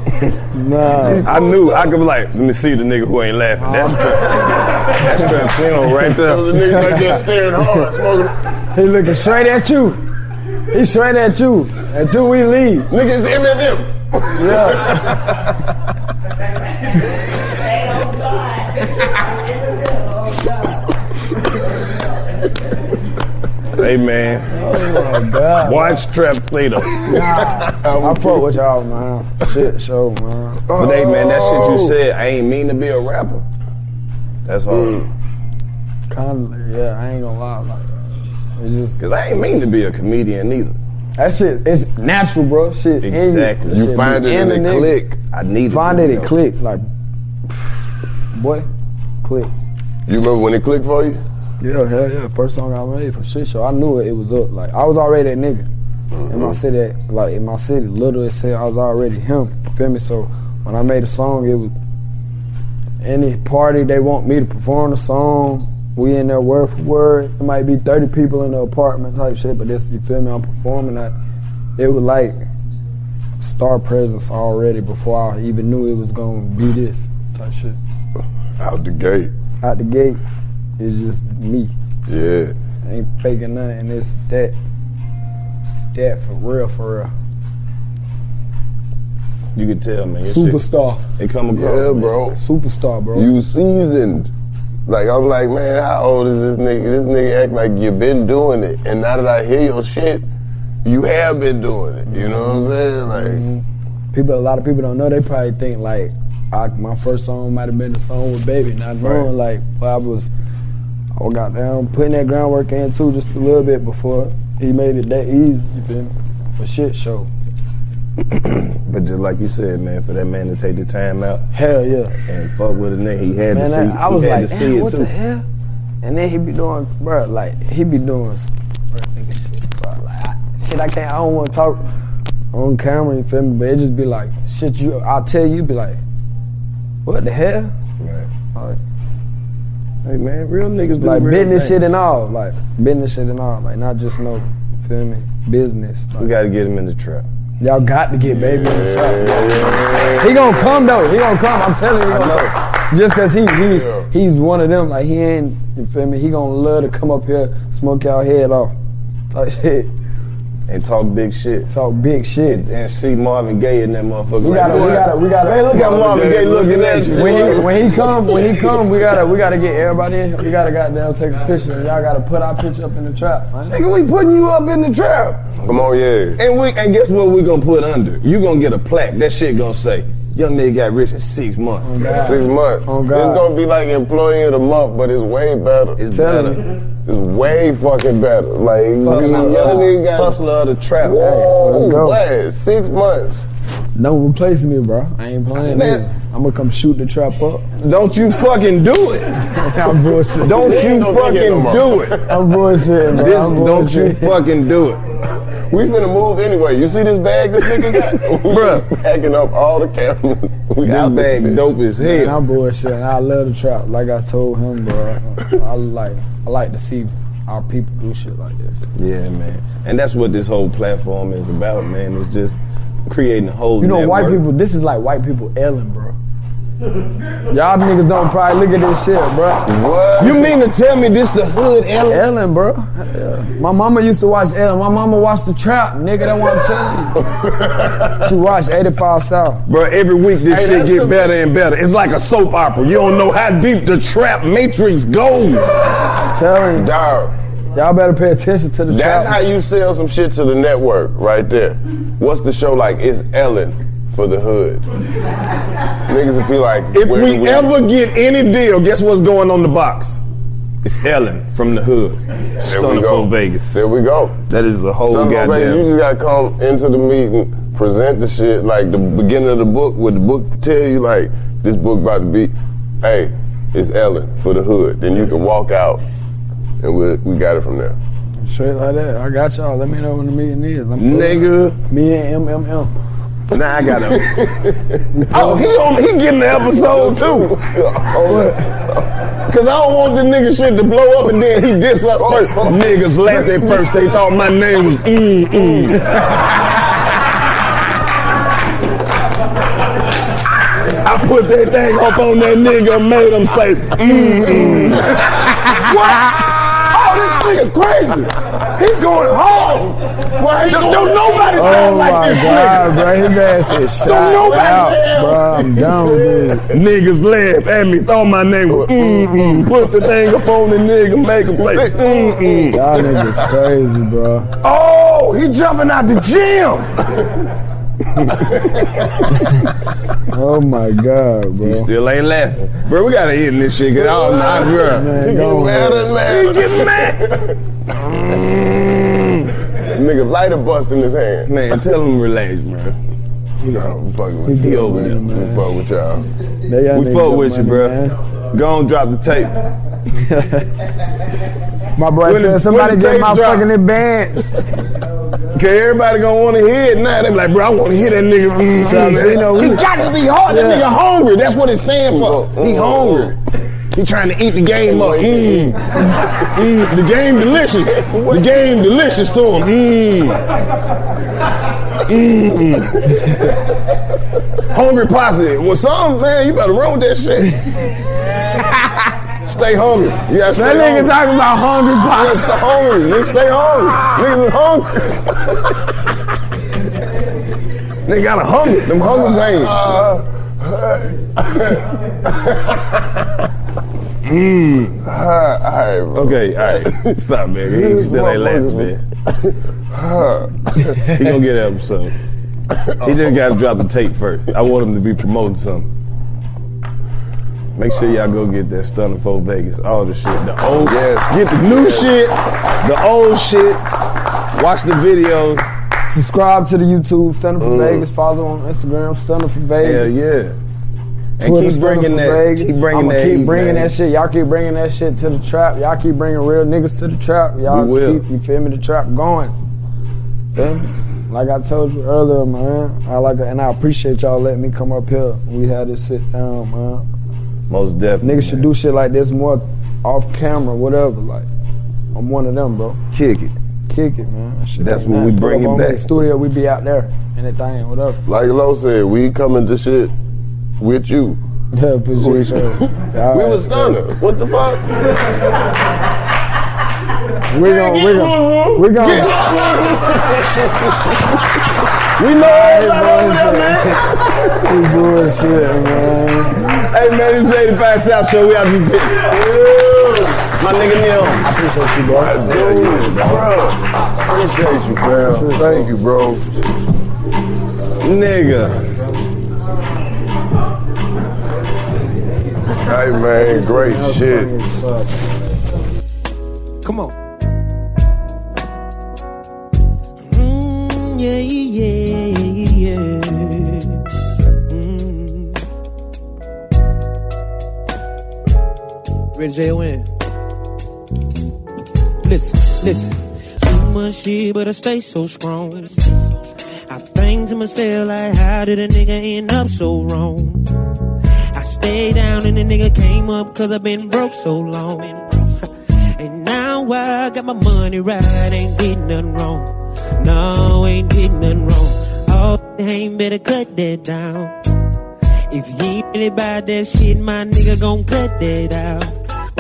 Speaker 2: Nah.
Speaker 1: I knew I could be like, let me see the nigga who ain't laughing. That's tra- (laughs) that's Trapino right there.
Speaker 4: The nigga right there staring hard, smoking.
Speaker 2: He looking straight at you. He straight at you until we leave.
Speaker 4: Nigga, it's M&M.
Speaker 2: Yeah.
Speaker 1: Hey man,
Speaker 2: Oh my God.
Speaker 1: watch Trapino.
Speaker 2: Nah, I fuck with y'all, man. Shit, show, man.
Speaker 1: But hey man, that shit
Speaker 2: Oh.
Speaker 1: you said, I ain't mean to be a rapper. That's all.
Speaker 2: Mm. Kinda, yeah. I ain't gonna lie. Like, it's just.
Speaker 1: Cause I ain't mean to be a comedian either.
Speaker 2: That shit is natural, bro. Shit, in you.
Speaker 1: Exactly.
Speaker 2: That
Speaker 1: You
Speaker 2: shit
Speaker 1: find
Speaker 2: be
Speaker 1: it
Speaker 2: in
Speaker 1: and
Speaker 2: the
Speaker 1: it
Speaker 2: nigga.
Speaker 1: click. I need
Speaker 2: Find
Speaker 1: it,
Speaker 2: it
Speaker 1: you
Speaker 2: and
Speaker 1: know.
Speaker 2: click, like, boy, click.
Speaker 4: You remember when it clicked for you?
Speaker 2: Yeah, hell yeah. First song I made for shit show, I knew it, it was up. Like I was already that nigga in my city. Like in my city, little as hell, I was already him. You Feel me? So when I made a song, it was any party they want me to perform the song. We in there word for word. It might be thirty people in the apartment type shit, but this you feel me? I'm performing that. It was like star presence already before I even knew it was gonna be this type shit
Speaker 4: Out the gate.
Speaker 2: out the gate, it's just me.
Speaker 4: Yeah.
Speaker 2: Ain't faking nothing. It's that. It's that for real, for real.
Speaker 1: You can tell, man. your shit-
Speaker 2: Superstar.
Speaker 1: It come across.
Speaker 4: Yeah,
Speaker 1: Oh, man.
Speaker 4: bro.
Speaker 2: Superstar, bro.
Speaker 4: You seasoned. Like I'm like, man, how old is this nigga? This nigga act like you been doing it, and now that I hear your shit, you have been doing it. You know what I'm saying? Like,
Speaker 2: People, a lot of people don't know. They probably think like, I, my first song might have been the song with Baby, not knowing like, well, I was, I got down putting that groundwork in too, just a little bit before he made it that easy. You feel me? For shit show.
Speaker 1: But just like you said, man, for that man to take the time out.
Speaker 2: Hell yeah.
Speaker 1: And fuck with a nigga, he had
Speaker 2: Man,
Speaker 1: to see.
Speaker 2: I, I
Speaker 1: he
Speaker 2: was
Speaker 1: had
Speaker 2: like,
Speaker 1: to
Speaker 2: damn,
Speaker 1: see
Speaker 2: what
Speaker 1: it
Speaker 2: the
Speaker 1: too.
Speaker 2: hell? And then he be doing, bruh, like he be doing some bruh, nigga shit, bruh. Like, I, shit, I can't, I don't want to talk on camera, you feel me? But it just be like, shit, you, I'll tell you, be like, what the hell? Like,
Speaker 1: hey man, real niggas do
Speaker 2: like
Speaker 1: real
Speaker 2: business shit
Speaker 1: things.
Speaker 2: and all, like business shit and all, like not just no, you feel me? Business.
Speaker 1: We gotta get him in the trap.
Speaker 2: Y'all got to get baby in the trap. He gonna come though. He gonna come. I'm telling you. He gonna come. Just cause he, he he's one of them. Like he ain't. You feel me? He gonna love to come up here, smoke y'all head off, talk shit,
Speaker 1: and talk big shit.
Speaker 2: Talk big shit.
Speaker 1: And see Marvin Gaye in that motherfucker.
Speaker 2: We
Speaker 1: like,
Speaker 2: gotta, we
Speaker 1: "Boy,
Speaker 2: gotta, we gotta.
Speaker 1: Man, look at Marvin Gaye looking at you.
Speaker 2: When he, when he come, when he come, we gotta, we gotta get everybody in. here. We gotta goddamn take a picture. Y'all gotta put our picture up in the trap, man.
Speaker 1: Nigga, we putting you up in the trap.
Speaker 4: Come on, yeah.
Speaker 1: And we and guess what we gonna put under? You gonna get a plaque. That shit gonna say, young nigga got rich in six months.
Speaker 2: Oh,
Speaker 4: Six months.
Speaker 1: God.
Speaker 4: It's gonna be like employee of the month, but it's way better. It's
Speaker 1: Telling better.
Speaker 4: It's way fucking better. Like you
Speaker 1: Hustler
Speaker 4: know,
Speaker 1: of-
Speaker 4: young nigga got
Speaker 1: hustler of the trap.
Speaker 4: Whoa,
Speaker 2: Let's go.
Speaker 4: what? Six months.
Speaker 2: Don't replace me, bro. I ain't playing.
Speaker 4: Man.
Speaker 2: Man. I'm gonna come shoot the trap up. (laughs)
Speaker 1: Don't you fucking do it.
Speaker 2: I'm bullshit.
Speaker 1: Don't you fucking do
Speaker 2: (laughs)
Speaker 1: it.
Speaker 2: I'm bullshit, bro.
Speaker 1: This,
Speaker 2: I'm
Speaker 1: don't you
Speaker 2: bullshitting.
Speaker 1: fucking do it.
Speaker 4: (laughs) We finna move anyway. You see this bag this nigga got? (laughs) Bruh. Packing up all the cameras. (laughs) We
Speaker 1: This
Speaker 4: out this
Speaker 1: bag
Speaker 4: bitch.
Speaker 1: dope as
Speaker 2: Man,
Speaker 1: hell.
Speaker 2: I'm bullshit. I love the trap. Like I told him, bro. I like I like to see our people do shit like this.
Speaker 1: Yeah, man. And that's what this whole platform is about, man. It's just creating a whole
Speaker 2: You know, white
Speaker 1: network.
Speaker 2: people. This is like white people ailing, bro. Y'all niggas don't probably look at this shit, bro.
Speaker 4: What?
Speaker 1: You mean to tell me this the hood Ellen?
Speaker 2: Ellen, bro. Yeah. My mama used to watch Ellen. My mama watched the trap, nigga. That's what I'm telling you. she watched 85 South.
Speaker 1: Bro, every week this shit get better and better. It's like a soap opera. You don't know how deep the trap matrix goes.
Speaker 2: Telling you.
Speaker 4: Dog.
Speaker 2: Y'all better pay attention to the
Speaker 4: That's
Speaker 2: trap.
Speaker 4: how you sell some shit to the network right there. What's the show like? It's Ellen for the hood. Niggas would be like,
Speaker 1: If
Speaker 4: where
Speaker 1: we,
Speaker 4: do we
Speaker 1: ever get any deal, guess what's going on the box? It's Ellen from the hood. Stunner
Speaker 4: go.
Speaker 1: from Vegas.
Speaker 4: There we go.
Speaker 1: That is the whole
Speaker 4: Son of a bitch,
Speaker 1: goddamn.
Speaker 4: you just gotta come into the meeting, present the shit like the beginning of the book. What the book tell you, like this book about to be, hey, it's Ellen for the hood. Then you can walk out, and we we got it from there.
Speaker 2: Straight like that. I got y'all. Let me know when the meeting is. I'm pulling
Speaker 1: Nigga.
Speaker 2: up. Me and MMM.
Speaker 1: Nah, I got him. oh, he on, he getting the episode too. (laughs) Cause I don't want the nigga shit to blow up and then he diss us first. Niggas laughed at first. They thought my name was mm mm. I put that thing up on that nigga, and made him say mm mm. what? Oh, this nigga crazy. He's going hard. Why he don't, don't nobody sound
Speaker 2: Oh
Speaker 1: like
Speaker 2: my
Speaker 1: this nigga.
Speaker 2: god, bro. His ass is shot
Speaker 1: (laughs) Don't nobody
Speaker 2: out,
Speaker 1: tell.
Speaker 2: bro. I'm done with this.
Speaker 1: Niggas laugh at me, thought my name was mm-mm. Put the thing up on the nigga, make him play mm-mm.
Speaker 2: Y'all niggas crazy, bro.
Speaker 1: Oh, he jumping out the gym.
Speaker 2: Oh my god,
Speaker 1: He
Speaker 2: bro.
Speaker 1: still ain't laughing. Bro, we gotta end this shit, cause I don't know, bro.
Speaker 2: Man,
Speaker 4: He
Speaker 2: (laughs) go
Speaker 4: get mad
Speaker 2: ahead.
Speaker 4: and mad.
Speaker 1: He (laughs) get mad. Mm.
Speaker 4: Nigga lighter bust in his hand.
Speaker 1: Man, tell him to relax, bro.
Speaker 4: You know, I'm fucking
Speaker 2: He
Speaker 4: with
Speaker 2: get
Speaker 4: you. over there.
Speaker 2: money,
Speaker 4: We
Speaker 2: man.
Speaker 4: fuck with y'all.
Speaker 2: They got
Speaker 1: We
Speaker 2: niggas
Speaker 1: fuck
Speaker 2: got
Speaker 1: with you,
Speaker 2: money,
Speaker 1: bro.
Speaker 2: man.
Speaker 1: Go on, drop the tape.
Speaker 2: My boy
Speaker 1: When the-
Speaker 2: said somebody
Speaker 1: when the
Speaker 2: did
Speaker 1: tape
Speaker 2: my
Speaker 1: drop.
Speaker 2: fucking advance.
Speaker 1: Cause everybody gonna wanna hear it now. They be like, bro, I wanna hear that nigga. mm,
Speaker 2: So I'm saying, no,
Speaker 1: mm.
Speaker 2: we-
Speaker 1: He got to be hard. That
Speaker 2: Yeah.
Speaker 1: nigga hungry. That's what it stand for. He
Speaker 4: Mm.
Speaker 1: hungry. He trying to eat the game up. Mm. Mm. The game delicious. The game delicious to him. Mm.
Speaker 10: (laughs)
Speaker 1: Mm. Hungry posse. Well, some man, you better roll that shit. stay hungry. You gotta stay
Speaker 10: That nigga
Speaker 1: hungry.
Speaker 10: talking about hungry
Speaker 1: You gotta
Speaker 10: box.
Speaker 1: stay hungry. Nigga, stay hungry. Niggas is hungry. (laughs) Nigga got a hunger. Them hunger pains. Mmm. all right, bro. (laughs) Okay, all right. Stop, man.
Speaker 10: Mm. He still ain't laughing, man.
Speaker 1: (laughs) he gonna get at him soon. He just gotta drop the tape first. I want him to be promoting something. Make sure y'all go get that Stunner for Vegas. All the shit. The old get the new shit, the old shit. Watch the video.
Speaker 2: Subscribe to the YouTube, Stunner for
Speaker 1: Mm.
Speaker 2: Vegas. Follow on Instagram, Stunner for Vegas.
Speaker 1: Hell yeah. And
Speaker 2: Twitter,
Speaker 1: keep
Speaker 2: Stunner
Speaker 1: bringing
Speaker 2: for
Speaker 1: that-
Speaker 2: Vegas.
Speaker 1: keep bringing
Speaker 2: I'ma
Speaker 1: that
Speaker 2: Keep
Speaker 1: heat,
Speaker 2: bringing
Speaker 1: man.
Speaker 2: that shit. Y'all keep bringing that shit to the trap. Y'all keep bringing real niggas to the trap. Y'all
Speaker 1: We will.
Speaker 2: keep you feel me the trap going. Feel me? Like I told you earlier, man. I like and I appreciate y'all letting me come up here. We had this sit down, man.
Speaker 1: Most definitely.
Speaker 2: Niggas should do shit like this more off camera, whatever. Like, I'm one of them, bro.
Speaker 1: Kick it.
Speaker 2: Kick it, man. That shit
Speaker 1: That's
Speaker 2: ain't
Speaker 1: what
Speaker 2: nothing.
Speaker 1: we
Speaker 2: Pull
Speaker 1: bringing
Speaker 2: up on me in
Speaker 1: back.
Speaker 2: The studio, we be out there and it thing, whatever. (laughs)
Speaker 1: Like Lo said, we coming to shit with you.
Speaker 2: Yeah, for
Speaker 1: We,
Speaker 2: sure.
Speaker 1: we was Stunner. What the fuck?
Speaker 2: We gon' we gon' we gon'
Speaker 1: We know everybody over there,
Speaker 2: man. We bullshit, man.
Speaker 1: Hey man, this is 85 South Show. We out this bitch. My nigga Neil. I appreciate you, bro. Dude, bro. Appreciate you, bro. Thank you, bro. Nigga. Hey man, great shit.
Speaker 2: Come on.
Speaker 15: Mm, yeah, yeah, yeah. Mm.
Speaker 16: Ready J O N. Listen, listen. Too much shit, but I stay so strong. I think to myself like, how did a nigga end up so wrong? I stay down and the nigga came up cause I been broke so long. and now I got my money right, ain't did nothing wrong. No, ain't did nothing wrong. Oh, ain't better cut that down. If you ain't really about that shit, my nigga gon' cut that out.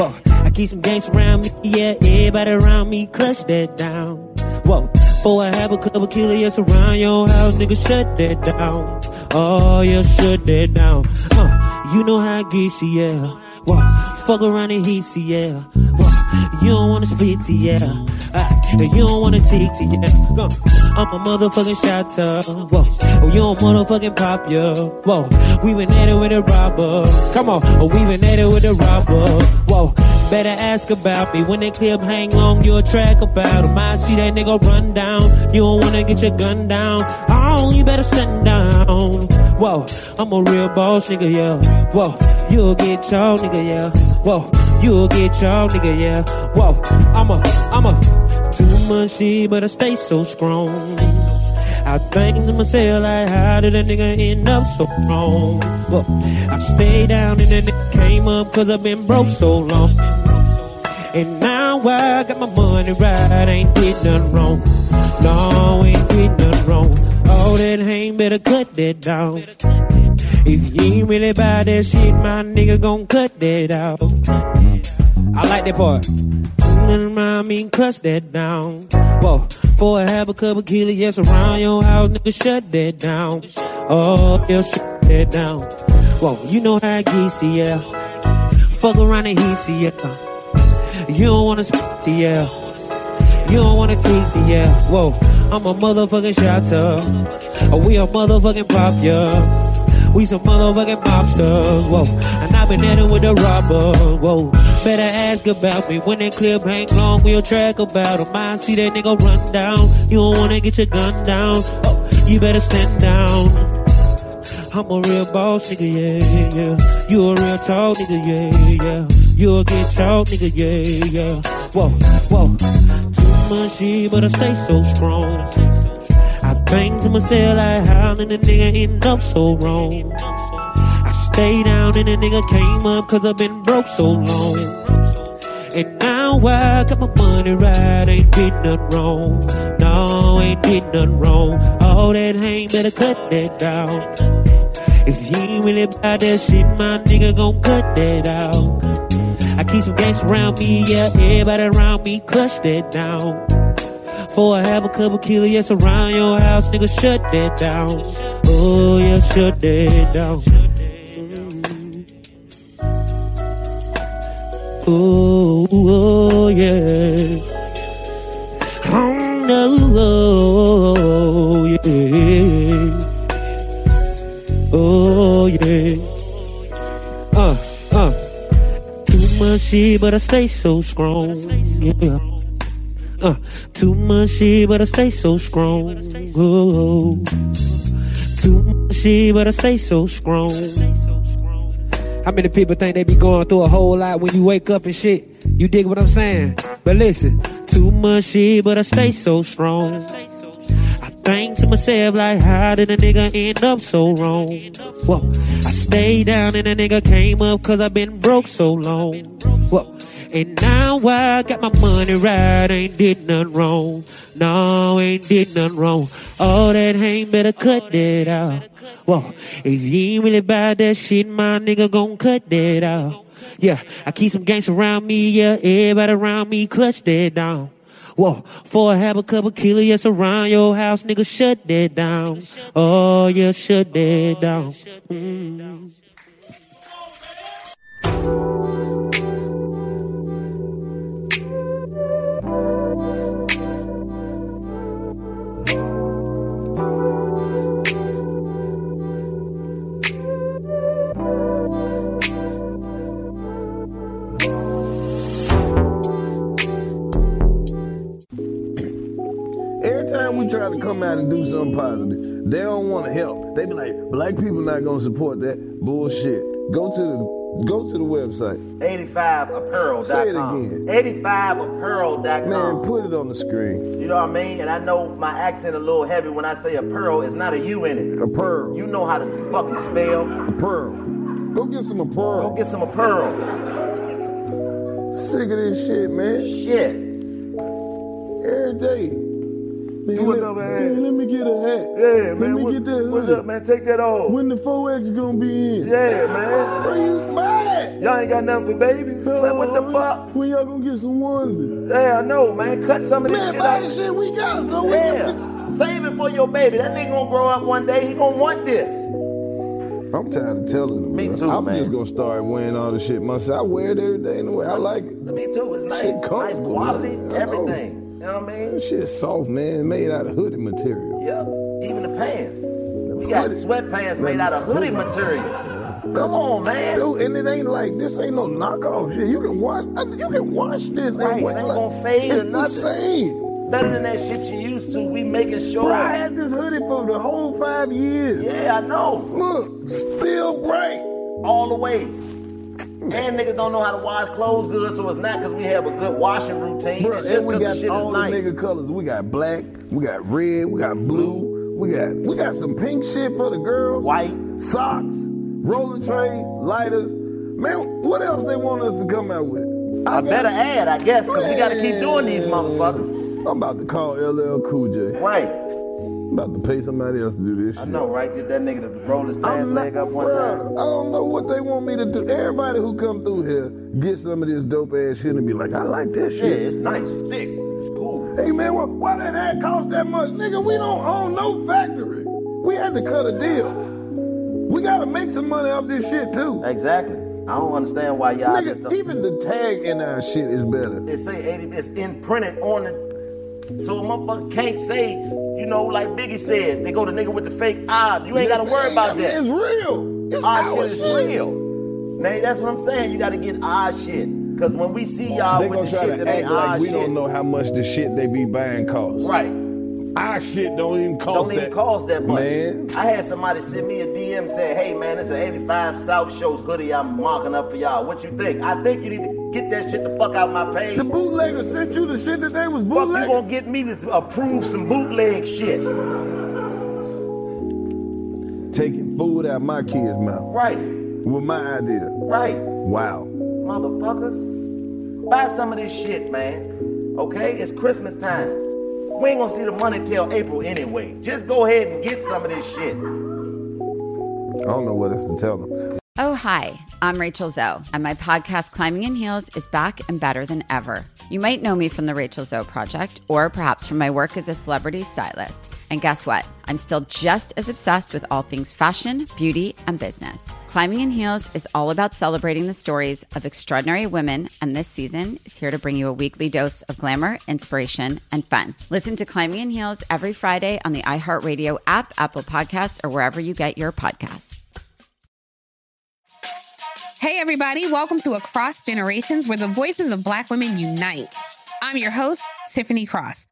Speaker 16: Whoa, I keep some gangs around me, yeah, everybody around me clutch that down. Whoa, before I have a couple killer, yes, around your house, nigga, shut that down. Oh, yeah, shut that down. Uh, you know how I get you, yeah. Whoa, fuck around and heat you, yeah. Whoa, you don't wanna speak to, yeah. Uh, you don't wanna take to, yeah. Go. I'm a motherfucking shot Whoa, oh, you don't motherfucking pop, yeah. Whoa, we been at it with a robber. Come on, oh, we been at it with a robber. Whoa, better ask about me. When that clip hang long, you'll track about him. I see that nigga run down. You don't wanna get your gun down. Oh, you better shut down. Whoa, I'm a real boss, nigga, yeah. Whoa, you'll get y'all, nigga, yeah. Whoa, you'll get y'all, nigga, yeah. Whoa, I'm a, I'm a, too much shit, but I stay so strong. I think to myself like, how did a nigga end up so wrong? Well, I stayed down and then it came up cause I've been broke so long. And now I got my money right, ain't did nothing wrong. No, ain't did nothing wrong. All that hang better cut that down. If you ain't really buy that shit, my nigga gon' cut that out. I like that part. Nothing around me and cuss that down. Whoa, for I have a couple killer, yes, around your house, nigga, shut that down. Oh, yeah, shut that down. Whoa, you know how I get, see, yeah. Fuck around and he see, yeah. You don't wanna speak to, yeah. You don't wanna teach it, yeah. Whoa, I'm a motherfucking shotter. Oh, we a motherfucking pop, yeah. We some motherfucking mobster, whoa. And i been at it with a robber, whoa. Better ask about me when that clip hang long, we'll track about him. I see that nigga run down. You don't wanna get your gun down, oh, you better stand down. I'm a real boss, nigga, yeah, yeah, yeah. You a real tall nigga, yeah, yeah. You'll get tall, nigga, yeah, yeah. Whoa, whoa. Too much shit, but I stay so strong. I think to myself like, how did the nigga end up so wrong? I stay down and the nigga came up cause I've been broke so long. And now I got my money right, ain't did nothing wrong. No, ain't did nothing wrong. All that hang better cut that down. If you ain't really about that shit, my nigga gon' cut that out. I keep some gangsters around me, yeah. Everybody around me, clutch that down. Before I have a couple killer, yes, around your house, nigga, shut that down. Oh, yeah, shut that down. Mm. Oh, oh yeah. Oh, no, oh, yeah. Oh, yeah. Uh, uh. Too much shit, but I stay so strong. Yeah. Uh, too much shit, but I stay so strong. Oh. Too much shit, but I stay so strong. How many people think they be going through a whole lot when you wake up and shit? You dig what I'm saying? But listen, too much shit, but I stay so strong. I think to myself like, how did a nigga end up so wrong? Whoa, I stayed down and a nigga came up cause I been broke so long. Whoa, and now I got my money right, ain't did nothing wrong. No, ain't did nothing wrong. All that ain't better cut that out. Whoa, if you ain't really about that shit, my nigga gon' cut that out. Yeah, I keep some gangs around me, yeah, everybody around me clutch that down. Whoa, for I have a couple killer, yes, around your house, nigga, shut that down. Oh, yeah, shut that down. Mm.
Speaker 1: Every time we try to come out and do something positive, they don't want to help. They be like, black people not gonna support that bullshit. Go to the go to the website.
Speaker 3: 85apparel.com.
Speaker 1: Say it again.
Speaker 3: 85apparel.com.
Speaker 1: Man, put it on the screen.
Speaker 3: You know what I mean? And I know my accent a little heavy when I say a pearl. It's not a U in it.
Speaker 1: A pearl.
Speaker 3: You know how to fucking spell.
Speaker 1: Pearl. Go get some a pearl.
Speaker 3: Go get some a pearl.
Speaker 1: Sick of this shit, man.
Speaker 3: Shit.
Speaker 1: Every day. Man,
Speaker 3: Do
Speaker 1: let,
Speaker 3: another
Speaker 1: man,
Speaker 3: ad.
Speaker 1: let me get a hat.
Speaker 3: Yeah,
Speaker 1: let
Speaker 3: man,
Speaker 1: me
Speaker 3: what-
Speaker 1: get that hoodie.
Speaker 3: what's up, man? Take that off.
Speaker 1: When the 4X gonna be in?
Speaker 3: Yeah, man.
Speaker 1: Bro, you mad?
Speaker 3: Y'all ain't got nothing for babies. Man, what the fuck?
Speaker 1: When y'all gonna get some onesies?
Speaker 3: Yeah, I know, man. Cut some of this
Speaker 1: Man,
Speaker 3: shit
Speaker 1: buy
Speaker 3: out.
Speaker 1: the shit we got so we
Speaker 3: yeah.
Speaker 1: can-
Speaker 3: Save it for your baby. That nigga gonna grow up one day. He gonna want this.
Speaker 1: I'm tired of telling them.
Speaker 3: Me
Speaker 1: bro.
Speaker 3: too,
Speaker 1: I'm
Speaker 3: man.
Speaker 1: just gonna start wearing all the shit myself. I wear it every day anyway. I like it.
Speaker 3: Me too. It's nice.
Speaker 1: Shit
Speaker 3: nice
Speaker 1: comfortable,
Speaker 3: quality.
Speaker 1: man. I know.
Speaker 3: Everything. You know what I mean?
Speaker 1: That shit soft, man. Made out of hoodie material.
Speaker 3: Yeah. Even the pants. We got sweatpants made out of hoodie material. Come on, man.
Speaker 1: Dude, and it ain't like this ain't no knockoff shit. You can wash I- you can wash this and
Speaker 3: Right,
Speaker 1: what-
Speaker 3: it ain't
Speaker 1: look,
Speaker 3: gonna fade
Speaker 1: It's
Speaker 3: or
Speaker 1: the
Speaker 3: nothing.
Speaker 1: same.
Speaker 3: Better than that shit you used to. We making sure.
Speaker 1: Bro, I had this hoodie for the whole five years.
Speaker 3: Yeah, I know.
Speaker 1: Look, still bright.
Speaker 3: All the way. And niggas don't know how to wash clothes good, so it's not because we have a good washing routine.
Speaker 1: Bro,
Speaker 3: it's just
Speaker 1: and we
Speaker 3: 'cause
Speaker 1: got
Speaker 3: the shit is
Speaker 1: all the
Speaker 3: nice.
Speaker 1: nigga colors. We got black, we got red, we got blue, we got we got some pink shit for the girls.
Speaker 3: White
Speaker 1: socks, rolling trays, lighters. Man, what else they want us to come out with? I
Speaker 3: A better ad, I guess, 'cause we gotta keep doing these
Speaker 1: motherfuckers. I'm about to call LL Cool J.
Speaker 3: Right.
Speaker 1: About to pay somebody else to do this shit.
Speaker 3: I know, right? Get that nigga to roll his pants leg up one
Speaker 1: Bruh,
Speaker 3: time.
Speaker 1: I don't know what they want me to do. Everybody who come through here get some of this dope ass shit and be like, I like that shit.
Speaker 3: Yeah, it's nice, thick, it's cool.
Speaker 1: Hey man, why, why that hat cost that much? Nigga, we don't own no factory. We had to cut a deal. We gotta make some money off this shit too.
Speaker 3: Exactly. I don't understand why y'all
Speaker 1: Nigga,
Speaker 3: just don't-
Speaker 1: even the tag in our shit is better.
Speaker 3: It say 80, it's imprinted on it. So a motherfucker can't say, you know, like Biggie said, they go to nigga with the fake eye. You ain't gotta worry about that.
Speaker 1: It's real. It's
Speaker 3: our,
Speaker 1: our
Speaker 3: shit
Speaker 1: shit.
Speaker 3: is real. Man, that's what I'm saying. You gotta get our shit. Cause when we see y'all
Speaker 1: they
Speaker 3: with
Speaker 1: gonna
Speaker 3: the
Speaker 1: try
Speaker 3: shit that
Speaker 1: to
Speaker 3: ain't
Speaker 1: act
Speaker 3: our
Speaker 1: like we
Speaker 3: shit.
Speaker 1: don't know how much the shit they be buying costs.
Speaker 3: Right.
Speaker 1: Our shit don't even cost
Speaker 3: Don't even
Speaker 1: that.
Speaker 3: cost that much.
Speaker 1: Man.
Speaker 3: I had somebody send me a DM saying, hey man, it's an 85 South Shows hoodie I'm marking up for y'all. What you think? I think you need to get that shit the fuck out my page.
Speaker 1: The bootlegger sent you the shit that they was bootlegging.
Speaker 3: Fuck, you gonna get me to approve some bootleg shit.
Speaker 1: Taking food out my kid's mouth
Speaker 3: Right,
Speaker 1: with my idea.
Speaker 3: right.
Speaker 1: Wow.
Speaker 3: Motherfuckers, buy some of this shit, man. Okay? It's Christmas time. We ain't gonna see the money till April anyway. Just go ahead and get some of this shit.
Speaker 1: I don't know what else to tell them.
Speaker 17: Oh, hi. I'm Rachel Zoe, and my podcast, Climbing in Heels, is back and better than ever. You might know me from the Rachel Zoe Project, or perhaps from my work as a celebrity stylist. And guess what? I'm still just as obsessed with all things fashion, beauty, and business. Climbing in Heels is all about celebrating the stories of extraordinary women, and this season is here to bring you a weekly dose of glamour, inspiration, and fun. Listen to Climbing in Heels every Friday on the iHeartRadio app, Apple Podcasts, or wherever you get your podcasts.
Speaker 7: Hey, everybody, welcome to Across Generations, where the voices of Black women unite. I'm your host, Tiffany Cross.